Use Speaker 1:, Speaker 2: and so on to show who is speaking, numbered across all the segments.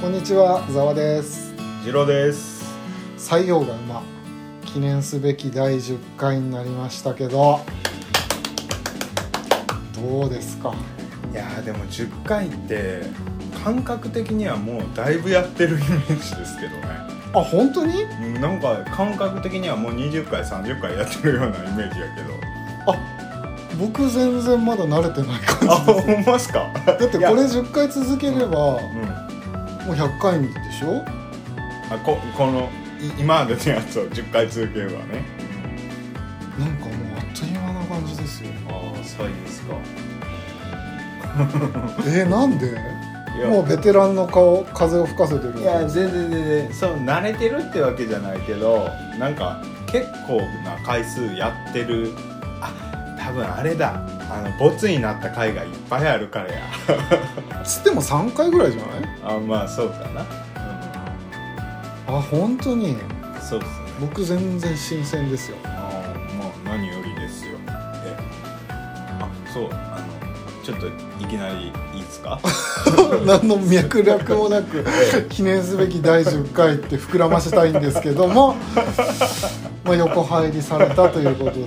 Speaker 1: こんにちは、ざわです。
Speaker 2: ジロです。
Speaker 1: 採用が馬記念すべき第10回になりましたけど、どうですか。
Speaker 2: いやーでも10回って感覚的にはもうだいぶやってるイメージですけどね
Speaker 1: あ、本当に？
Speaker 2: うんなんか感覚的にはもう20回30回やってるようなイメージやけど
Speaker 1: 僕全然まだ慣れてない感
Speaker 2: あほんまっすかだ
Speaker 1: じ。だってこれ10回続ければも
Speaker 2: うんあ
Speaker 1: う100回でしょ？
Speaker 2: ここのい今までのやつを10回続ければね
Speaker 1: なんかもうあっという間な感じですよ。
Speaker 2: ああそうですか
Speaker 1: えー、なんで？
Speaker 2: いや
Speaker 1: もうベテランの顔風を吹かせてる。
Speaker 2: いや全然全然そう慣れてるってわけじゃないけどなんか結構な回数やってるあ多分あれだあのボツになった回がいっぱいあるからや
Speaker 1: つっても3回ぐらいじゃない？
Speaker 2: あまあそうかな、
Speaker 1: あ、本当に。
Speaker 2: うん、そうですね
Speaker 1: 僕全然新鮮ですよ。
Speaker 2: あーまあ何よりですよえあそうあのちょっといきなりいいですか
Speaker 1: 何の脈略もなく
Speaker 2: え
Speaker 1: 記念すべき第10回って膨らませたいんですけども、 まあ、横入りされたということで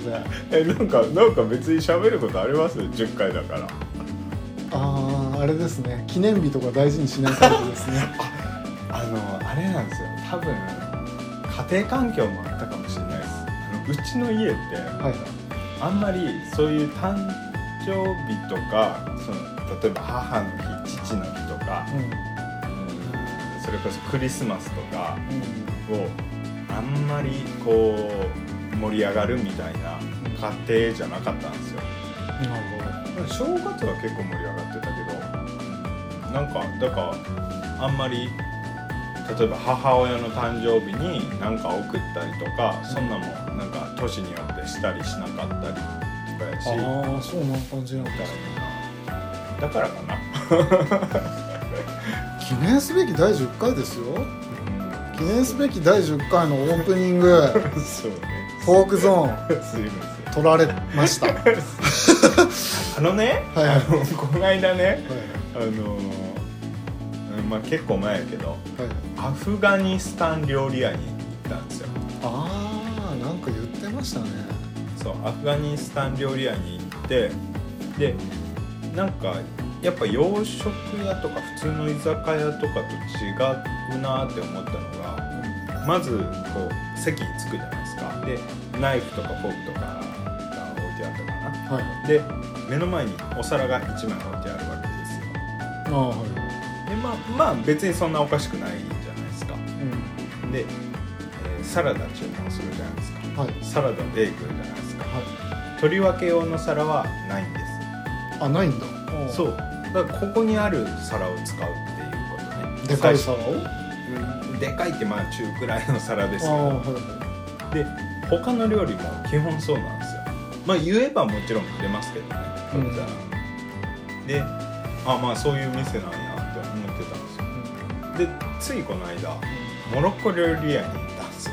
Speaker 2: えなんかなんか別に喋ることあります10回だから
Speaker 1: あああれですね記念日とか大事にしないタイプですね
Speaker 2: あのあれなんですよ多分家庭環境もあったかもしれないですあのうちの家って
Speaker 1: はい
Speaker 2: あんまりそういう誕生日とかその例えば母の日父の日とか、
Speaker 1: うん
Speaker 2: うんそれこそクリスマスとか
Speaker 1: うん
Speaker 2: をあんまりこう盛り上がるみたいな家庭じゃなかったんですよ
Speaker 1: なる
Speaker 2: 正月は結構盛り上がってたけどなんかだからあんまり例えば母親の誕生日に何か送ったりとかそんなもんなんか年によってしたりしなかったりとかやし
Speaker 1: ほどああそうな感じなんだ
Speaker 2: だからかな、
Speaker 1: 記念すべき第10回ですよ記念すべき第10回のオープニ ング
Speaker 2: そうね
Speaker 1: フォークゾーン
Speaker 2: すいません
Speaker 1: 取られま したはい
Speaker 2: あのね、
Speaker 1: はい
Speaker 2: あの この間ねあのーうんまあ結構前やけど
Speaker 1: はい
Speaker 2: アフガニスタン料理屋に行ったんですよ
Speaker 1: ああなんか言ってましたね
Speaker 2: そうアフガニスタン料理屋に行ってでなんかやっぱ洋食屋とか普通の居酒屋とかと違うなって思ったのがまずこう席に着くじゃないですかでナイフとかフォークとかが置いてあったかな
Speaker 1: はい
Speaker 2: で目の前にお皿が1枚置いてあるわけですよ
Speaker 1: ああはい
Speaker 2: でまあまあ別にそんなおかしくないじゃないですか
Speaker 1: うん
Speaker 2: で、えーサラダ注文するじゃないですか
Speaker 1: はい
Speaker 2: サラダベーグルじゃないですか
Speaker 1: はい
Speaker 2: とりわけ用の皿はないんです
Speaker 1: あないんだ
Speaker 2: そうだからここにある皿を使うっていうことね
Speaker 1: でかい
Speaker 2: 最
Speaker 1: 皿を
Speaker 2: 初うんでかいってまあ中くらいの皿ですけ
Speaker 1: ああ
Speaker 2: ど
Speaker 1: はいはい
Speaker 2: で他の料理も基本そうなんですよまあ言えばもちろん出ますけどねこれじゃであまあそういう店なんやって思ってたんですよでついこの間モロッコ料理屋に行ったんですよ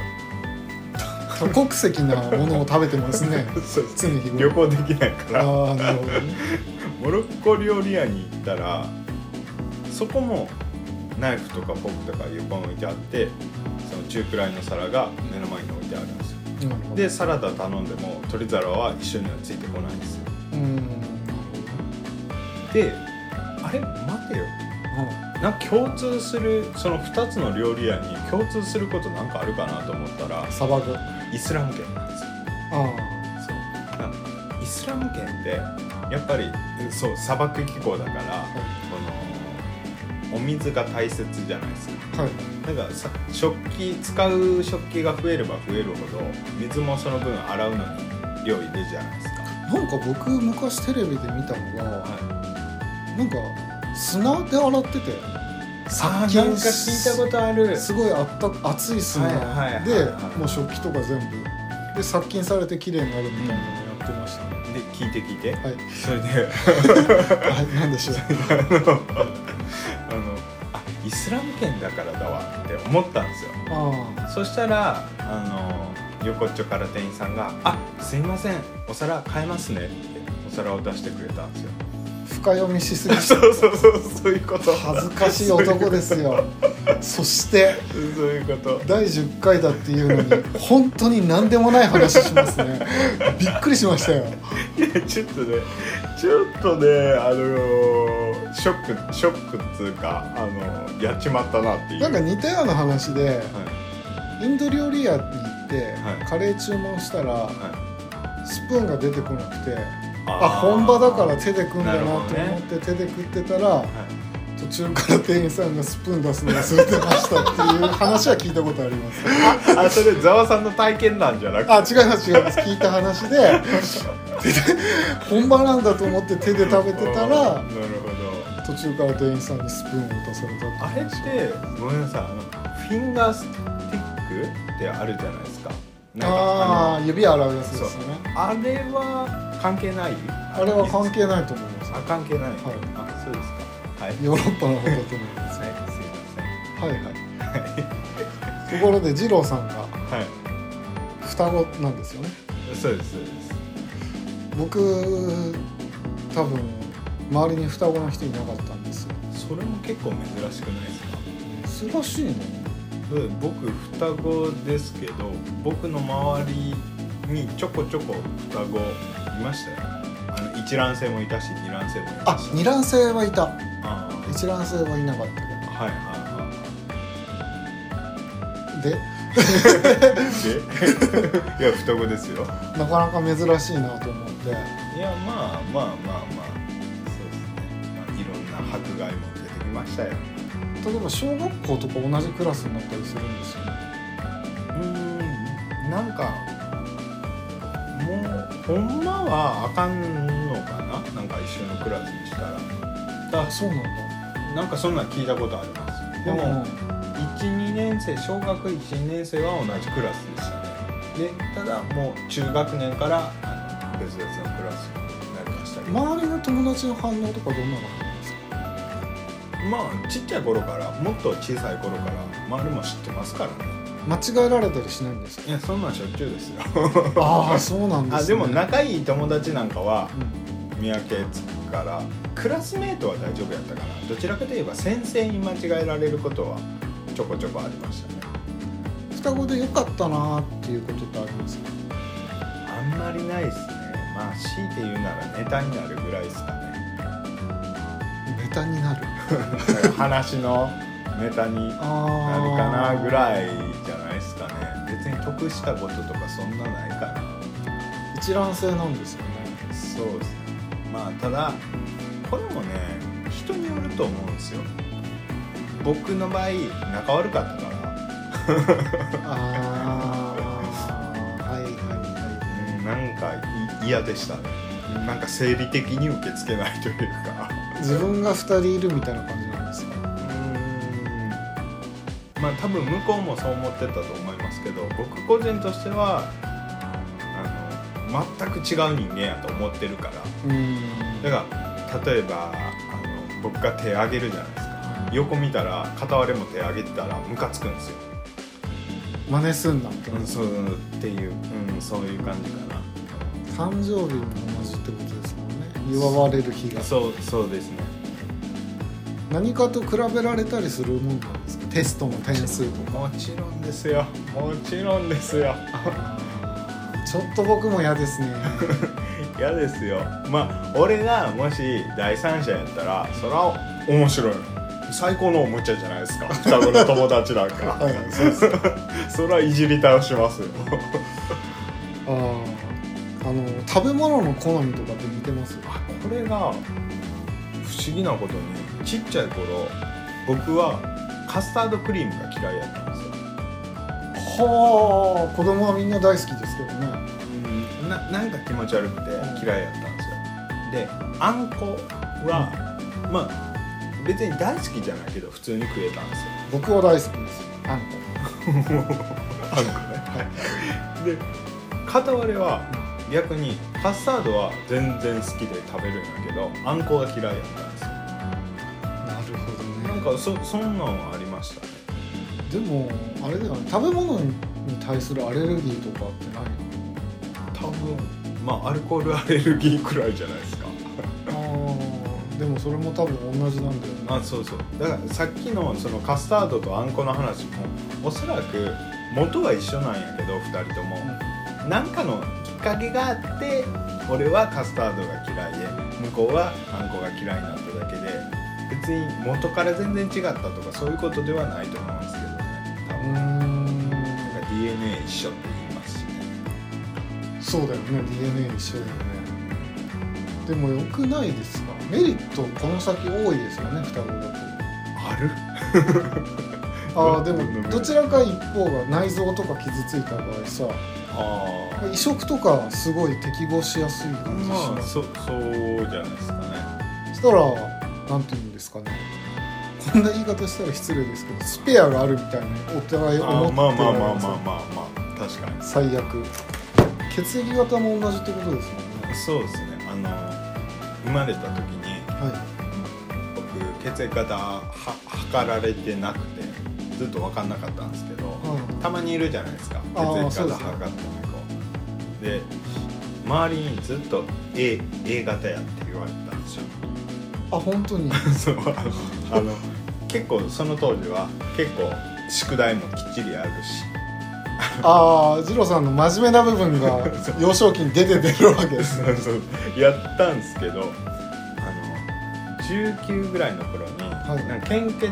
Speaker 1: 多国籍なものを食べてます ね
Speaker 2: そう
Speaker 1: 常日頃
Speaker 2: 旅行できないから
Speaker 1: ああなるほどね
Speaker 2: モロッコ料理屋に行ったらそこもナイフとかフォークとか横に置いてあってその中くらいの皿が目の前に置いてあるんですよ
Speaker 1: なるほど
Speaker 2: でサラダ頼んでも取り皿は一緒にはついてこないんですよ
Speaker 1: うんなる
Speaker 2: であれ待てよ
Speaker 1: ほどね
Speaker 2: なんか共通するその2つの料理屋に共通することなんかあるかなと思ったら
Speaker 1: うん砂漠あ
Speaker 2: イスラム圏なんですよ
Speaker 1: あ
Speaker 2: そうなんかイスラム圏ってやっぱりそう砂漠気候だからこのお水が大切じゃないですか
Speaker 1: はい
Speaker 2: なんかさ食器使う食器が増えれば増えるほど水もその分洗うのに量いるじゃないですか、
Speaker 1: なんか僕昔テレビで見たのがなんか砂で洗ってて
Speaker 2: あーなんか聞いたことある
Speaker 1: すごいあった熱い砂
Speaker 2: はいはいはい
Speaker 1: で
Speaker 2: はい
Speaker 1: もう食器とか全部で殺菌されて綺麗になるみたいなのやってましたね
Speaker 2: で聞いて聞いて
Speaker 1: はい
Speaker 2: それで
Speaker 1: はいなんでしょう
Speaker 2: あのあのあイスラム圏だからだわって思ったんですよ
Speaker 1: あ
Speaker 2: そしたらあの横っちょから店員さんが「あすいませんお皿買えますね」ってお皿を出してくれたんですよ
Speaker 1: あ深読みしすぎて
Speaker 2: そうそうそうそういうこと
Speaker 1: 恥ずかしい男ですよそして
Speaker 2: そういうこと
Speaker 1: 第10回だっていうのに本当に何でもない話しますねびっくりしましたよ
Speaker 2: いやちょっとねちょっとねあのーショックショックっつうかあのーやっちまったなっていう
Speaker 1: なんか似たような話で
Speaker 2: はい
Speaker 1: インド料理屋に行って
Speaker 2: はい
Speaker 1: カレー注文したら
Speaker 2: はい
Speaker 1: スプーンが出てこなくてあ本場だから手で組んだなと思っ
Speaker 2: なるほ
Speaker 1: て手で食ってたら
Speaker 2: はい
Speaker 1: 途中から店員さんがスプーン出すの忘れてましたっていう話は聞いたことあります
Speaker 2: あそれざわさんの体験談じゃなくて
Speaker 1: あ違います違います聞いた話で 手で本場なんだと思って手で食べてたら
Speaker 2: あーなるほど
Speaker 1: 途中から店員さんにスプーンを渡された
Speaker 2: あれってごめんなさいあのフィンガースティックってあるじゃないですかなんか
Speaker 1: ああー指洗うやつですね
Speaker 2: あのあれは関係ない
Speaker 1: あれは関係ないと思います
Speaker 2: あ関係ない、あそうですかはい
Speaker 1: ヨーロッパの方だと思いま
Speaker 2: はいすい
Speaker 1: すはいはいところで二郎さんが
Speaker 2: ませんはい
Speaker 1: 双子なんですよね
Speaker 2: そうですそうです
Speaker 1: 僕多分周りに双子の人いなかったんですよ
Speaker 2: それも結構珍しくないですか
Speaker 1: 珍しいね
Speaker 2: うん僕双子ですけど僕の周りにちょこちょこ双子いましたよあの一卵性もいたし二卵性もい
Speaker 1: あ
Speaker 2: ました
Speaker 1: 二卵性はいた
Speaker 2: あ
Speaker 1: 一卵性はいなかったけ
Speaker 2: あはいは
Speaker 1: どで
Speaker 2: いはい でいや双子ですよ
Speaker 1: なかなか珍しいなと思って
Speaker 2: いやまあまあまあまあそうですね、まあ、いろんな迫害も出てきましたよ
Speaker 1: 例えば小学校とか同じクラスになったりするんですよね
Speaker 2: うんなんかもうほんまはあかんのかななんか一緒のクラスにしたらだ
Speaker 1: そうなんだ
Speaker 2: なんかそんなん聞いたことありますでも12年生小学1年生は同じクラスでしたねでただもう中学年からあの別々のクラスになりましたけどま
Speaker 1: 周りの友達の反応とかどんなのなんですか
Speaker 2: あちっちゃい頃からもっと小さい頃から周りも知ってますからね
Speaker 1: 間違えられたりしないんですか
Speaker 2: いやそんなんしょっちゅうですよ
Speaker 1: ああそうなんです、ね、
Speaker 2: あでも仲いい友達なんかは
Speaker 1: うん
Speaker 2: 見分けつくからクラスメートは大丈夫やったかなどちらかといえば先生に間違えられることはちょこちょこありましたね
Speaker 1: 双子で良かったなーっていうことってありますか
Speaker 2: あんまりないですねまあ強いて言うならネタになるぐらいですかね
Speaker 1: ネタになる
Speaker 2: 話のネタになる
Speaker 1: あー
Speaker 2: かなぐらいじゃないですかね別に得したこととかそんなないかな
Speaker 1: 一卵性なんですよね
Speaker 2: そうですねまあただこれもね人によると思うんですよ僕の場合仲悪かったから
Speaker 1: ああはいはいは
Speaker 2: うんなんかい嫌でしたねなんか生理的に受け付けないというか
Speaker 1: い自分が二人いるみたいな感じなんですか
Speaker 2: うーんまあ多分向こうもそう思ってたと思いますけど僕個人としてはあの全く違う人間やと思ってるから
Speaker 1: うん
Speaker 2: だから例えばあの僕が手挙げるじゃないですか横見たら片割れも手挙げてたらムカつくんですよ、
Speaker 1: 真似すんなって、
Speaker 2: うん、そうっていう、うん、そういう感じかな
Speaker 1: 誕生日も同じってことですもんね祝われる日が
Speaker 2: そうそうですね
Speaker 1: 何かと比べられたりするもんなんですかテストの点数と か
Speaker 2: もちろんですよもちろんですよ
Speaker 1: ちょっと僕も嫌 ですね
Speaker 2: 嫌ですよまあ俺がもし第三者やったらそら面白い最高のおもちゃじゃないですか双子の友達 なんか
Speaker 1: はいそうですあ
Speaker 2: そらいじり倒しますよ
Speaker 1: ーあの食べ物の好みとかって似てます
Speaker 2: あこれが不思議なことにちっちゃい頃僕はカスタードクリームが嫌いやったんですよ
Speaker 1: はあ子供はみんな大好きですけどね
Speaker 2: うんななんか気持ち悪くて嫌いやったんですよであんこは、まあ別に大好きじゃないけど普通に食えたんですよ
Speaker 1: 僕は大好きですあんこ
Speaker 2: あんこねで片割れは逆にカスタードは全然好きで食べるんだけどあんこが嫌いやったんですよ
Speaker 1: なる
Speaker 2: な
Speaker 1: ほ
Speaker 2: んかそそんなんはありましたね
Speaker 1: でもあれだよね食べ物に対するアレルギーとかってない
Speaker 2: 多分まあアルコールアレルギーくらいじゃないですか
Speaker 1: あーでもそれも多分同じなんだよね
Speaker 2: あそうそうだからさっきのそのカスタードとあんこの話もおそらく元は一緒なんやけど2人とも何かのきっかけがあって俺はカスタードが嫌いで向こうはあんこが嫌いになっただけで別に元から全然違ったとかそういうことではないと思うんですけどね多
Speaker 1: う
Speaker 2: 分
Speaker 1: ー
Speaker 2: なんか DNA 一緒って言いますしね
Speaker 1: んそうだよね DNA 一緒だよねでも良くないですかメリットこの先多いですよね双子だと
Speaker 2: ある
Speaker 1: ああ
Speaker 2: う
Speaker 1: で
Speaker 2: ん
Speaker 1: もどちらか一方が内臓とか傷ついた場合さ
Speaker 2: ああ
Speaker 1: 移植とかすごい適合しやすい感じし
Speaker 2: ま
Speaker 1: ま
Speaker 2: あ
Speaker 1: す、
Speaker 2: そそうじゃないですかね
Speaker 1: そしたらなんて言うんですかねこんな言い方したら失礼ですけどスペアがあるみたいにお互い思っ
Speaker 2: あ
Speaker 1: て
Speaker 2: まあまあ
Speaker 1: る
Speaker 2: まあ
Speaker 1: わけです
Speaker 2: まあ
Speaker 1: よ
Speaker 2: まあまあ確かに
Speaker 1: 最悪血液型も同じってことですもんね
Speaker 2: そうですねあの生まれた時に
Speaker 1: はい
Speaker 2: 僕血液型は測られてなくてずっと分かんなかったんですけど
Speaker 1: は
Speaker 2: たまにいるじゃないですか血
Speaker 1: あー
Speaker 2: 液
Speaker 1: そうで
Speaker 2: 型
Speaker 1: すね
Speaker 2: 測ってない子で周りにずっと A, A 型やって言われたんですよ
Speaker 1: いあ本当に
Speaker 2: そう あの結構その当時は結構宿題もきっちりあるし
Speaker 1: ああ二郎さんの真面目な部分 が幼少期に出て出るわけですね
Speaker 2: そうそうやったんですけどあの19ぐらいの頃に、
Speaker 1: はい
Speaker 2: なんか献血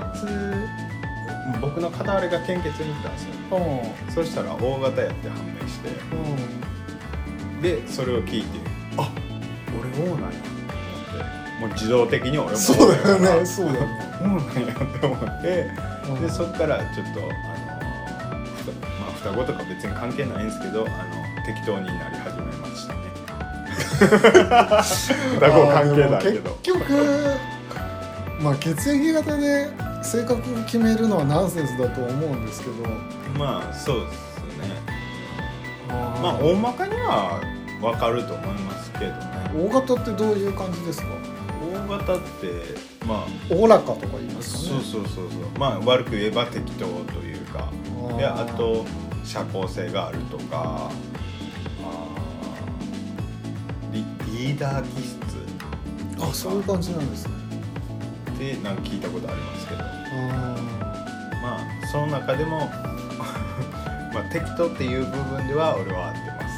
Speaker 2: 僕の片割れが献血に行ったんですよ
Speaker 1: うんうん
Speaker 2: そしたら O 型やって判明してでそれを聞いてあ俺 O なんやと思ってもう自動的に俺も
Speaker 1: そうだよ
Speaker 2: から
Speaker 1: ねそうだよ ね
Speaker 2: O なんやと思って
Speaker 1: うん
Speaker 2: でそっからちょっとあのふたまあ双子とか別に関係ないんですけどあの適当になり始めまし たね双子関係ないけど
Speaker 1: 結局まあ血液型で性格を決めるのはナンセンスだと思うんですけど
Speaker 2: まあそうですねま
Speaker 1: ま
Speaker 2: あ大まかにはわかると思いますけどね
Speaker 1: O 型ってどういう感じですか
Speaker 2: O 型ってまあ
Speaker 1: おおらかとか言いますか
Speaker 2: そう
Speaker 1: ね
Speaker 2: そうそうそうまあ悪く言えば適当というか
Speaker 1: あー
Speaker 2: であと社交性があるとかあーリリーダー気質とか
Speaker 1: あそういう感じなんですね
Speaker 2: ってなんか聞いたことありますけど
Speaker 1: あ
Speaker 2: まあその中でも まあ適当っていう部分では俺は合ってま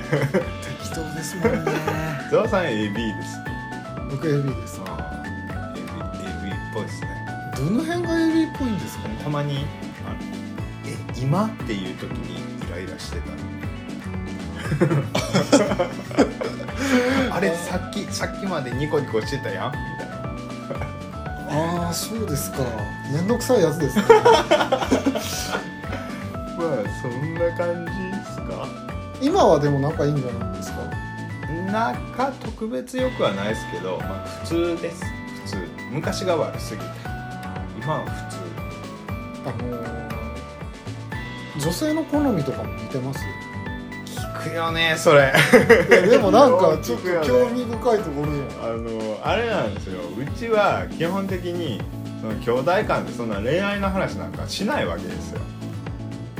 Speaker 2: すね
Speaker 1: ー適当ですもんね
Speaker 2: ゾウさん AB です
Speaker 1: 僕 AB です
Speaker 2: ああ AB, AB っぽいですね
Speaker 1: どの辺が AB っぽいんですかね
Speaker 2: たまにあのえ今っていう時にイライラしてたあれさっきさっきまでニコニコしてたやんみたいな
Speaker 1: ああそうですか面倒くさいやつですね
Speaker 2: まあそんな感じですか
Speaker 1: 今はでも仲いいんじゃないですか
Speaker 2: 仲特別よくはないですけど、まあ、普通です普通昔が悪すぎた今は普通
Speaker 1: あのー、女性の好みとかも似てます
Speaker 2: 聞くよねそれ
Speaker 1: いやでもなんかちょっと
Speaker 2: よく
Speaker 1: 興
Speaker 2: や
Speaker 1: 味深いところじゃ
Speaker 2: あのあれなんですようちは基本的にその兄弟間でそんな恋愛の話なんかしないわけですよ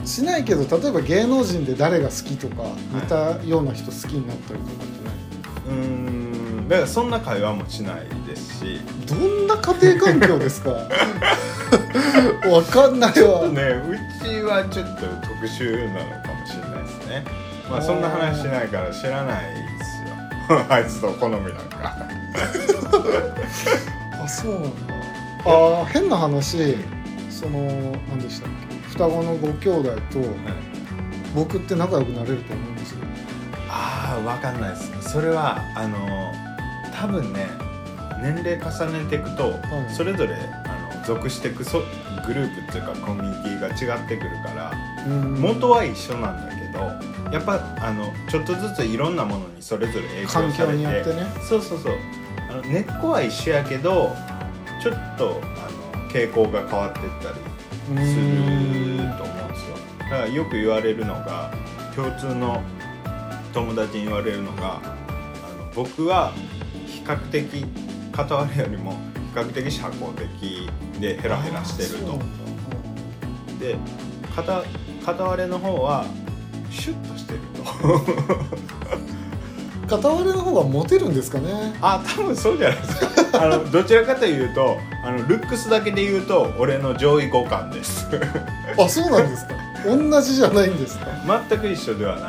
Speaker 1: んしないけど例えば芸能人で誰が好きとか似たような人好きになったりとかってないう
Speaker 2: ーんだからそんな会話もしないですし
Speaker 1: どんな家庭環境ですかわかんないわ、
Speaker 2: ねうちはちょっと特殊なのかもしれないですねまあそんな話しないから知らないですよ あいつの好みなんか
Speaker 1: あそうなんだあー変な話その何でしたっけ双子のご兄弟と僕って仲良くなれると思うんですよ
Speaker 2: ああ分かんないですそれはあの多分ね年齢重ねていくと、
Speaker 1: はい
Speaker 2: それぞれあの属していくそグループっていうかコミュニティが違ってくるから
Speaker 1: うん
Speaker 2: 元は一緒なんだけどやっぱあのちょっとずついろんなものにそれぞれ影響され
Speaker 1: 環
Speaker 2: て
Speaker 1: 境によってね
Speaker 2: そうそうそうあの根っこは一緒やけどちょっとあの傾向が変わってったり
Speaker 1: う
Speaker 2: する
Speaker 1: ん
Speaker 2: と思うんですよだからよく言われるのが共通の友達に言われるのがあの僕は比較的片割れよりも比較的社交的でヘラヘラしてる
Speaker 1: あーそうな
Speaker 2: と
Speaker 1: んだ
Speaker 2: で片片割れの方はシュッとしてると
Speaker 1: 片割れの方がモテるんですかね
Speaker 2: あ多分そうじゃないですかあのどちらかというとあのルックスだけで言うと俺の上位互換です
Speaker 1: あそうなんですか同じじゃないんですか
Speaker 2: 全く一緒ではない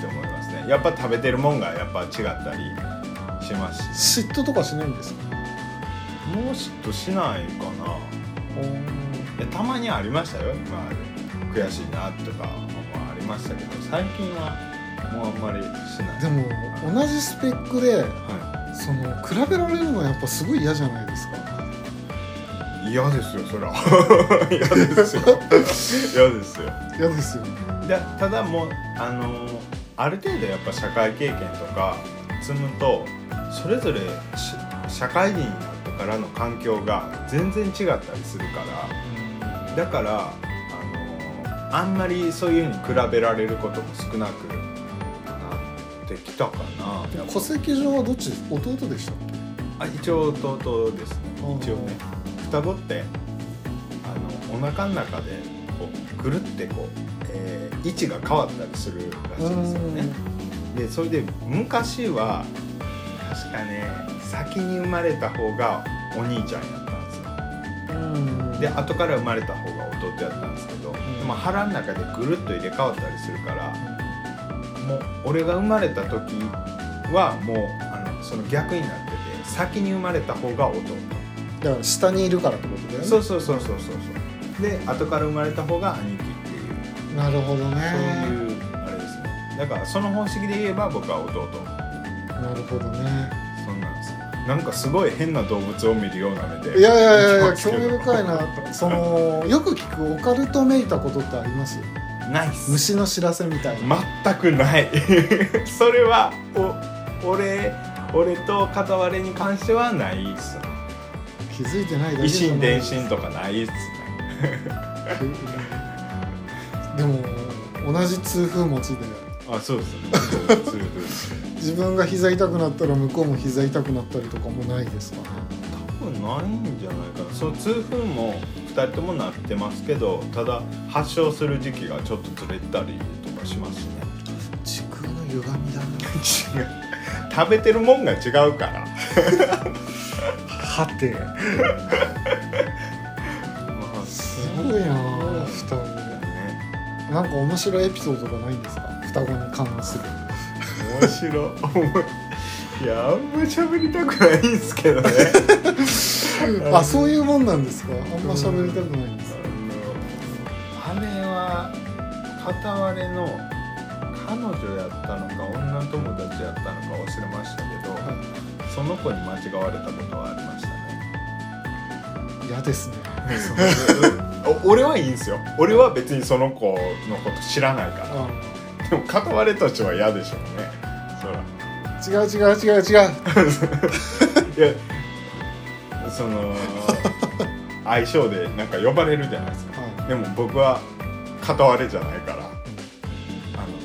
Speaker 2: と思いますねやっぱ食べてるもんがやっぱ違ったりしますし
Speaker 1: 嫉妬とかしないんですか
Speaker 2: もう嫉妬しないかないやたまにありましたよまあ悔しいなとかはありましたけど最近はもうあんまりしない
Speaker 1: でも同じスペックで
Speaker 2: は
Speaker 1: その比べられるのはやっぱすごい嫌じゃないですか
Speaker 2: い嫌ですよそ ら嫌ですよ嫌ですよ
Speaker 1: 嫌ですよね
Speaker 2: でただもうあのーある程度やっぱ社会経験とか積むとそれぞれし社会人になってからの環境が全然違ったりするからだから、あのーあんまりそういうふうに比べられることも少なくなってきたかな
Speaker 1: 戸籍上はどっちです弟でしたっけ
Speaker 2: あ一応弟ですね
Speaker 1: うん
Speaker 2: 一応ね双子ってあのお腹の中でこうぐるってこう、えー位置が変わったりするらしいですよねでそれで昔は確かね先に生まれた方がお兄ちゃんやったんですよ
Speaker 1: うん
Speaker 2: で後から生まれた方が弟やったんですけど、
Speaker 1: ん
Speaker 2: でも腹の中でぐるっと入れ替わったりするからもう俺が生まれた時はもうあのその逆になってて先に生まれた方が弟
Speaker 1: だから下にいるからってことだよね
Speaker 2: そうそうそうそうそうそうで後から生まれた方が兄貴っていう
Speaker 1: なるほどね
Speaker 2: そういうあれですねだからその本式で言えば僕は弟
Speaker 1: なるほどね
Speaker 2: そんなんですよなんかすごい変な動物を見るような目で
Speaker 1: いやいやいやい
Speaker 2: 見て
Speaker 1: や
Speaker 2: ます
Speaker 1: 興
Speaker 2: けど
Speaker 1: 味深いなそのよく聞くオカルトめいたことってあります
Speaker 2: ないっす
Speaker 1: 虫の知らせみたいな、
Speaker 2: 全くない それはお俺俺と片割れに関してはないっすね
Speaker 1: 気づいてないだけ
Speaker 2: 維
Speaker 1: じゃな
Speaker 2: 心
Speaker 1: い
Speaker 2: 伝心とかないっすね
Speaker 1: でも同じ痛風持ちで
Speaker 2: あそうですねそうそうそう
Speaker 1: 自分が膝痛くなったら向こうも膝痛くなったりとかもないですかね
Speaker 2: 多分ないんじゃないかなその痛風も2人ともなってますけどただ発症する時期がちょっとずれたりとかしますね
Speaker 1: 時空の歪みだな
Speaker 2: 違う食べてるもんが違うから
Speaker 1: はてすごいなあ双子
Speaker 2: ね
Speaker 1: なんか面白いエピソードがないんですか双子に関する
Speaker 2: 面白いいやあんま喋りたくないんですけどね
Speaker 1: あそういうもんなんですかあんま喋りたくないんです
Speaker 2: あの姉は片割れの彼女やったのか女友達やったのか忘れましたけど、その子に間違われたことはありましたね
Speaker 1: 嫌ですね
Speaker 2: お俺はいいんですよ俺は別にその子のこと知らないか
Speaker 1: あ
Speaker 2: らでも片割れたちは嫌でしょうねそら
Speaker 1: 違う違う違う違う
Speaker 2: いや その相性でなんか呼ばれるじゃないですか
Speaker 1: は
Speaker 2: でも僕は片割れじゃないからあの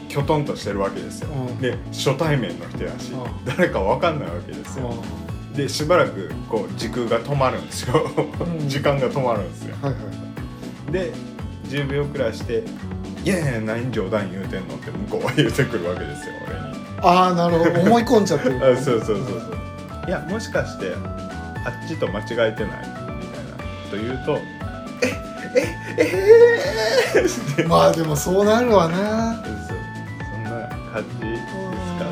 Speaker 2: きょとんとしてるわけですよ
Speaker 1: うん
Speaker 2: で初対面の人やし
Speaker 1: うん
Speaker 2: 誰かわかんないわけですよでしばらくこう時空が止まるんですよ
Speaker 1: うん
Speaker 2: 時間が止まるんですよ
Speaker 1: いはいはい
Speaker 2: で10秒くらいして「いやいや何冗談言うてんの?」って向こうは言うてくるわけですよ俺に。
Speaker 1: ああなるほど思い込んじゃってる
Speaker 2: あそうそうそうそういやもしかしてあっちと間違えてないみたいなこと言うと「えええええって
Speaker 1: まあでもそうなるわな
Speaker 2: そうそんな感じですかね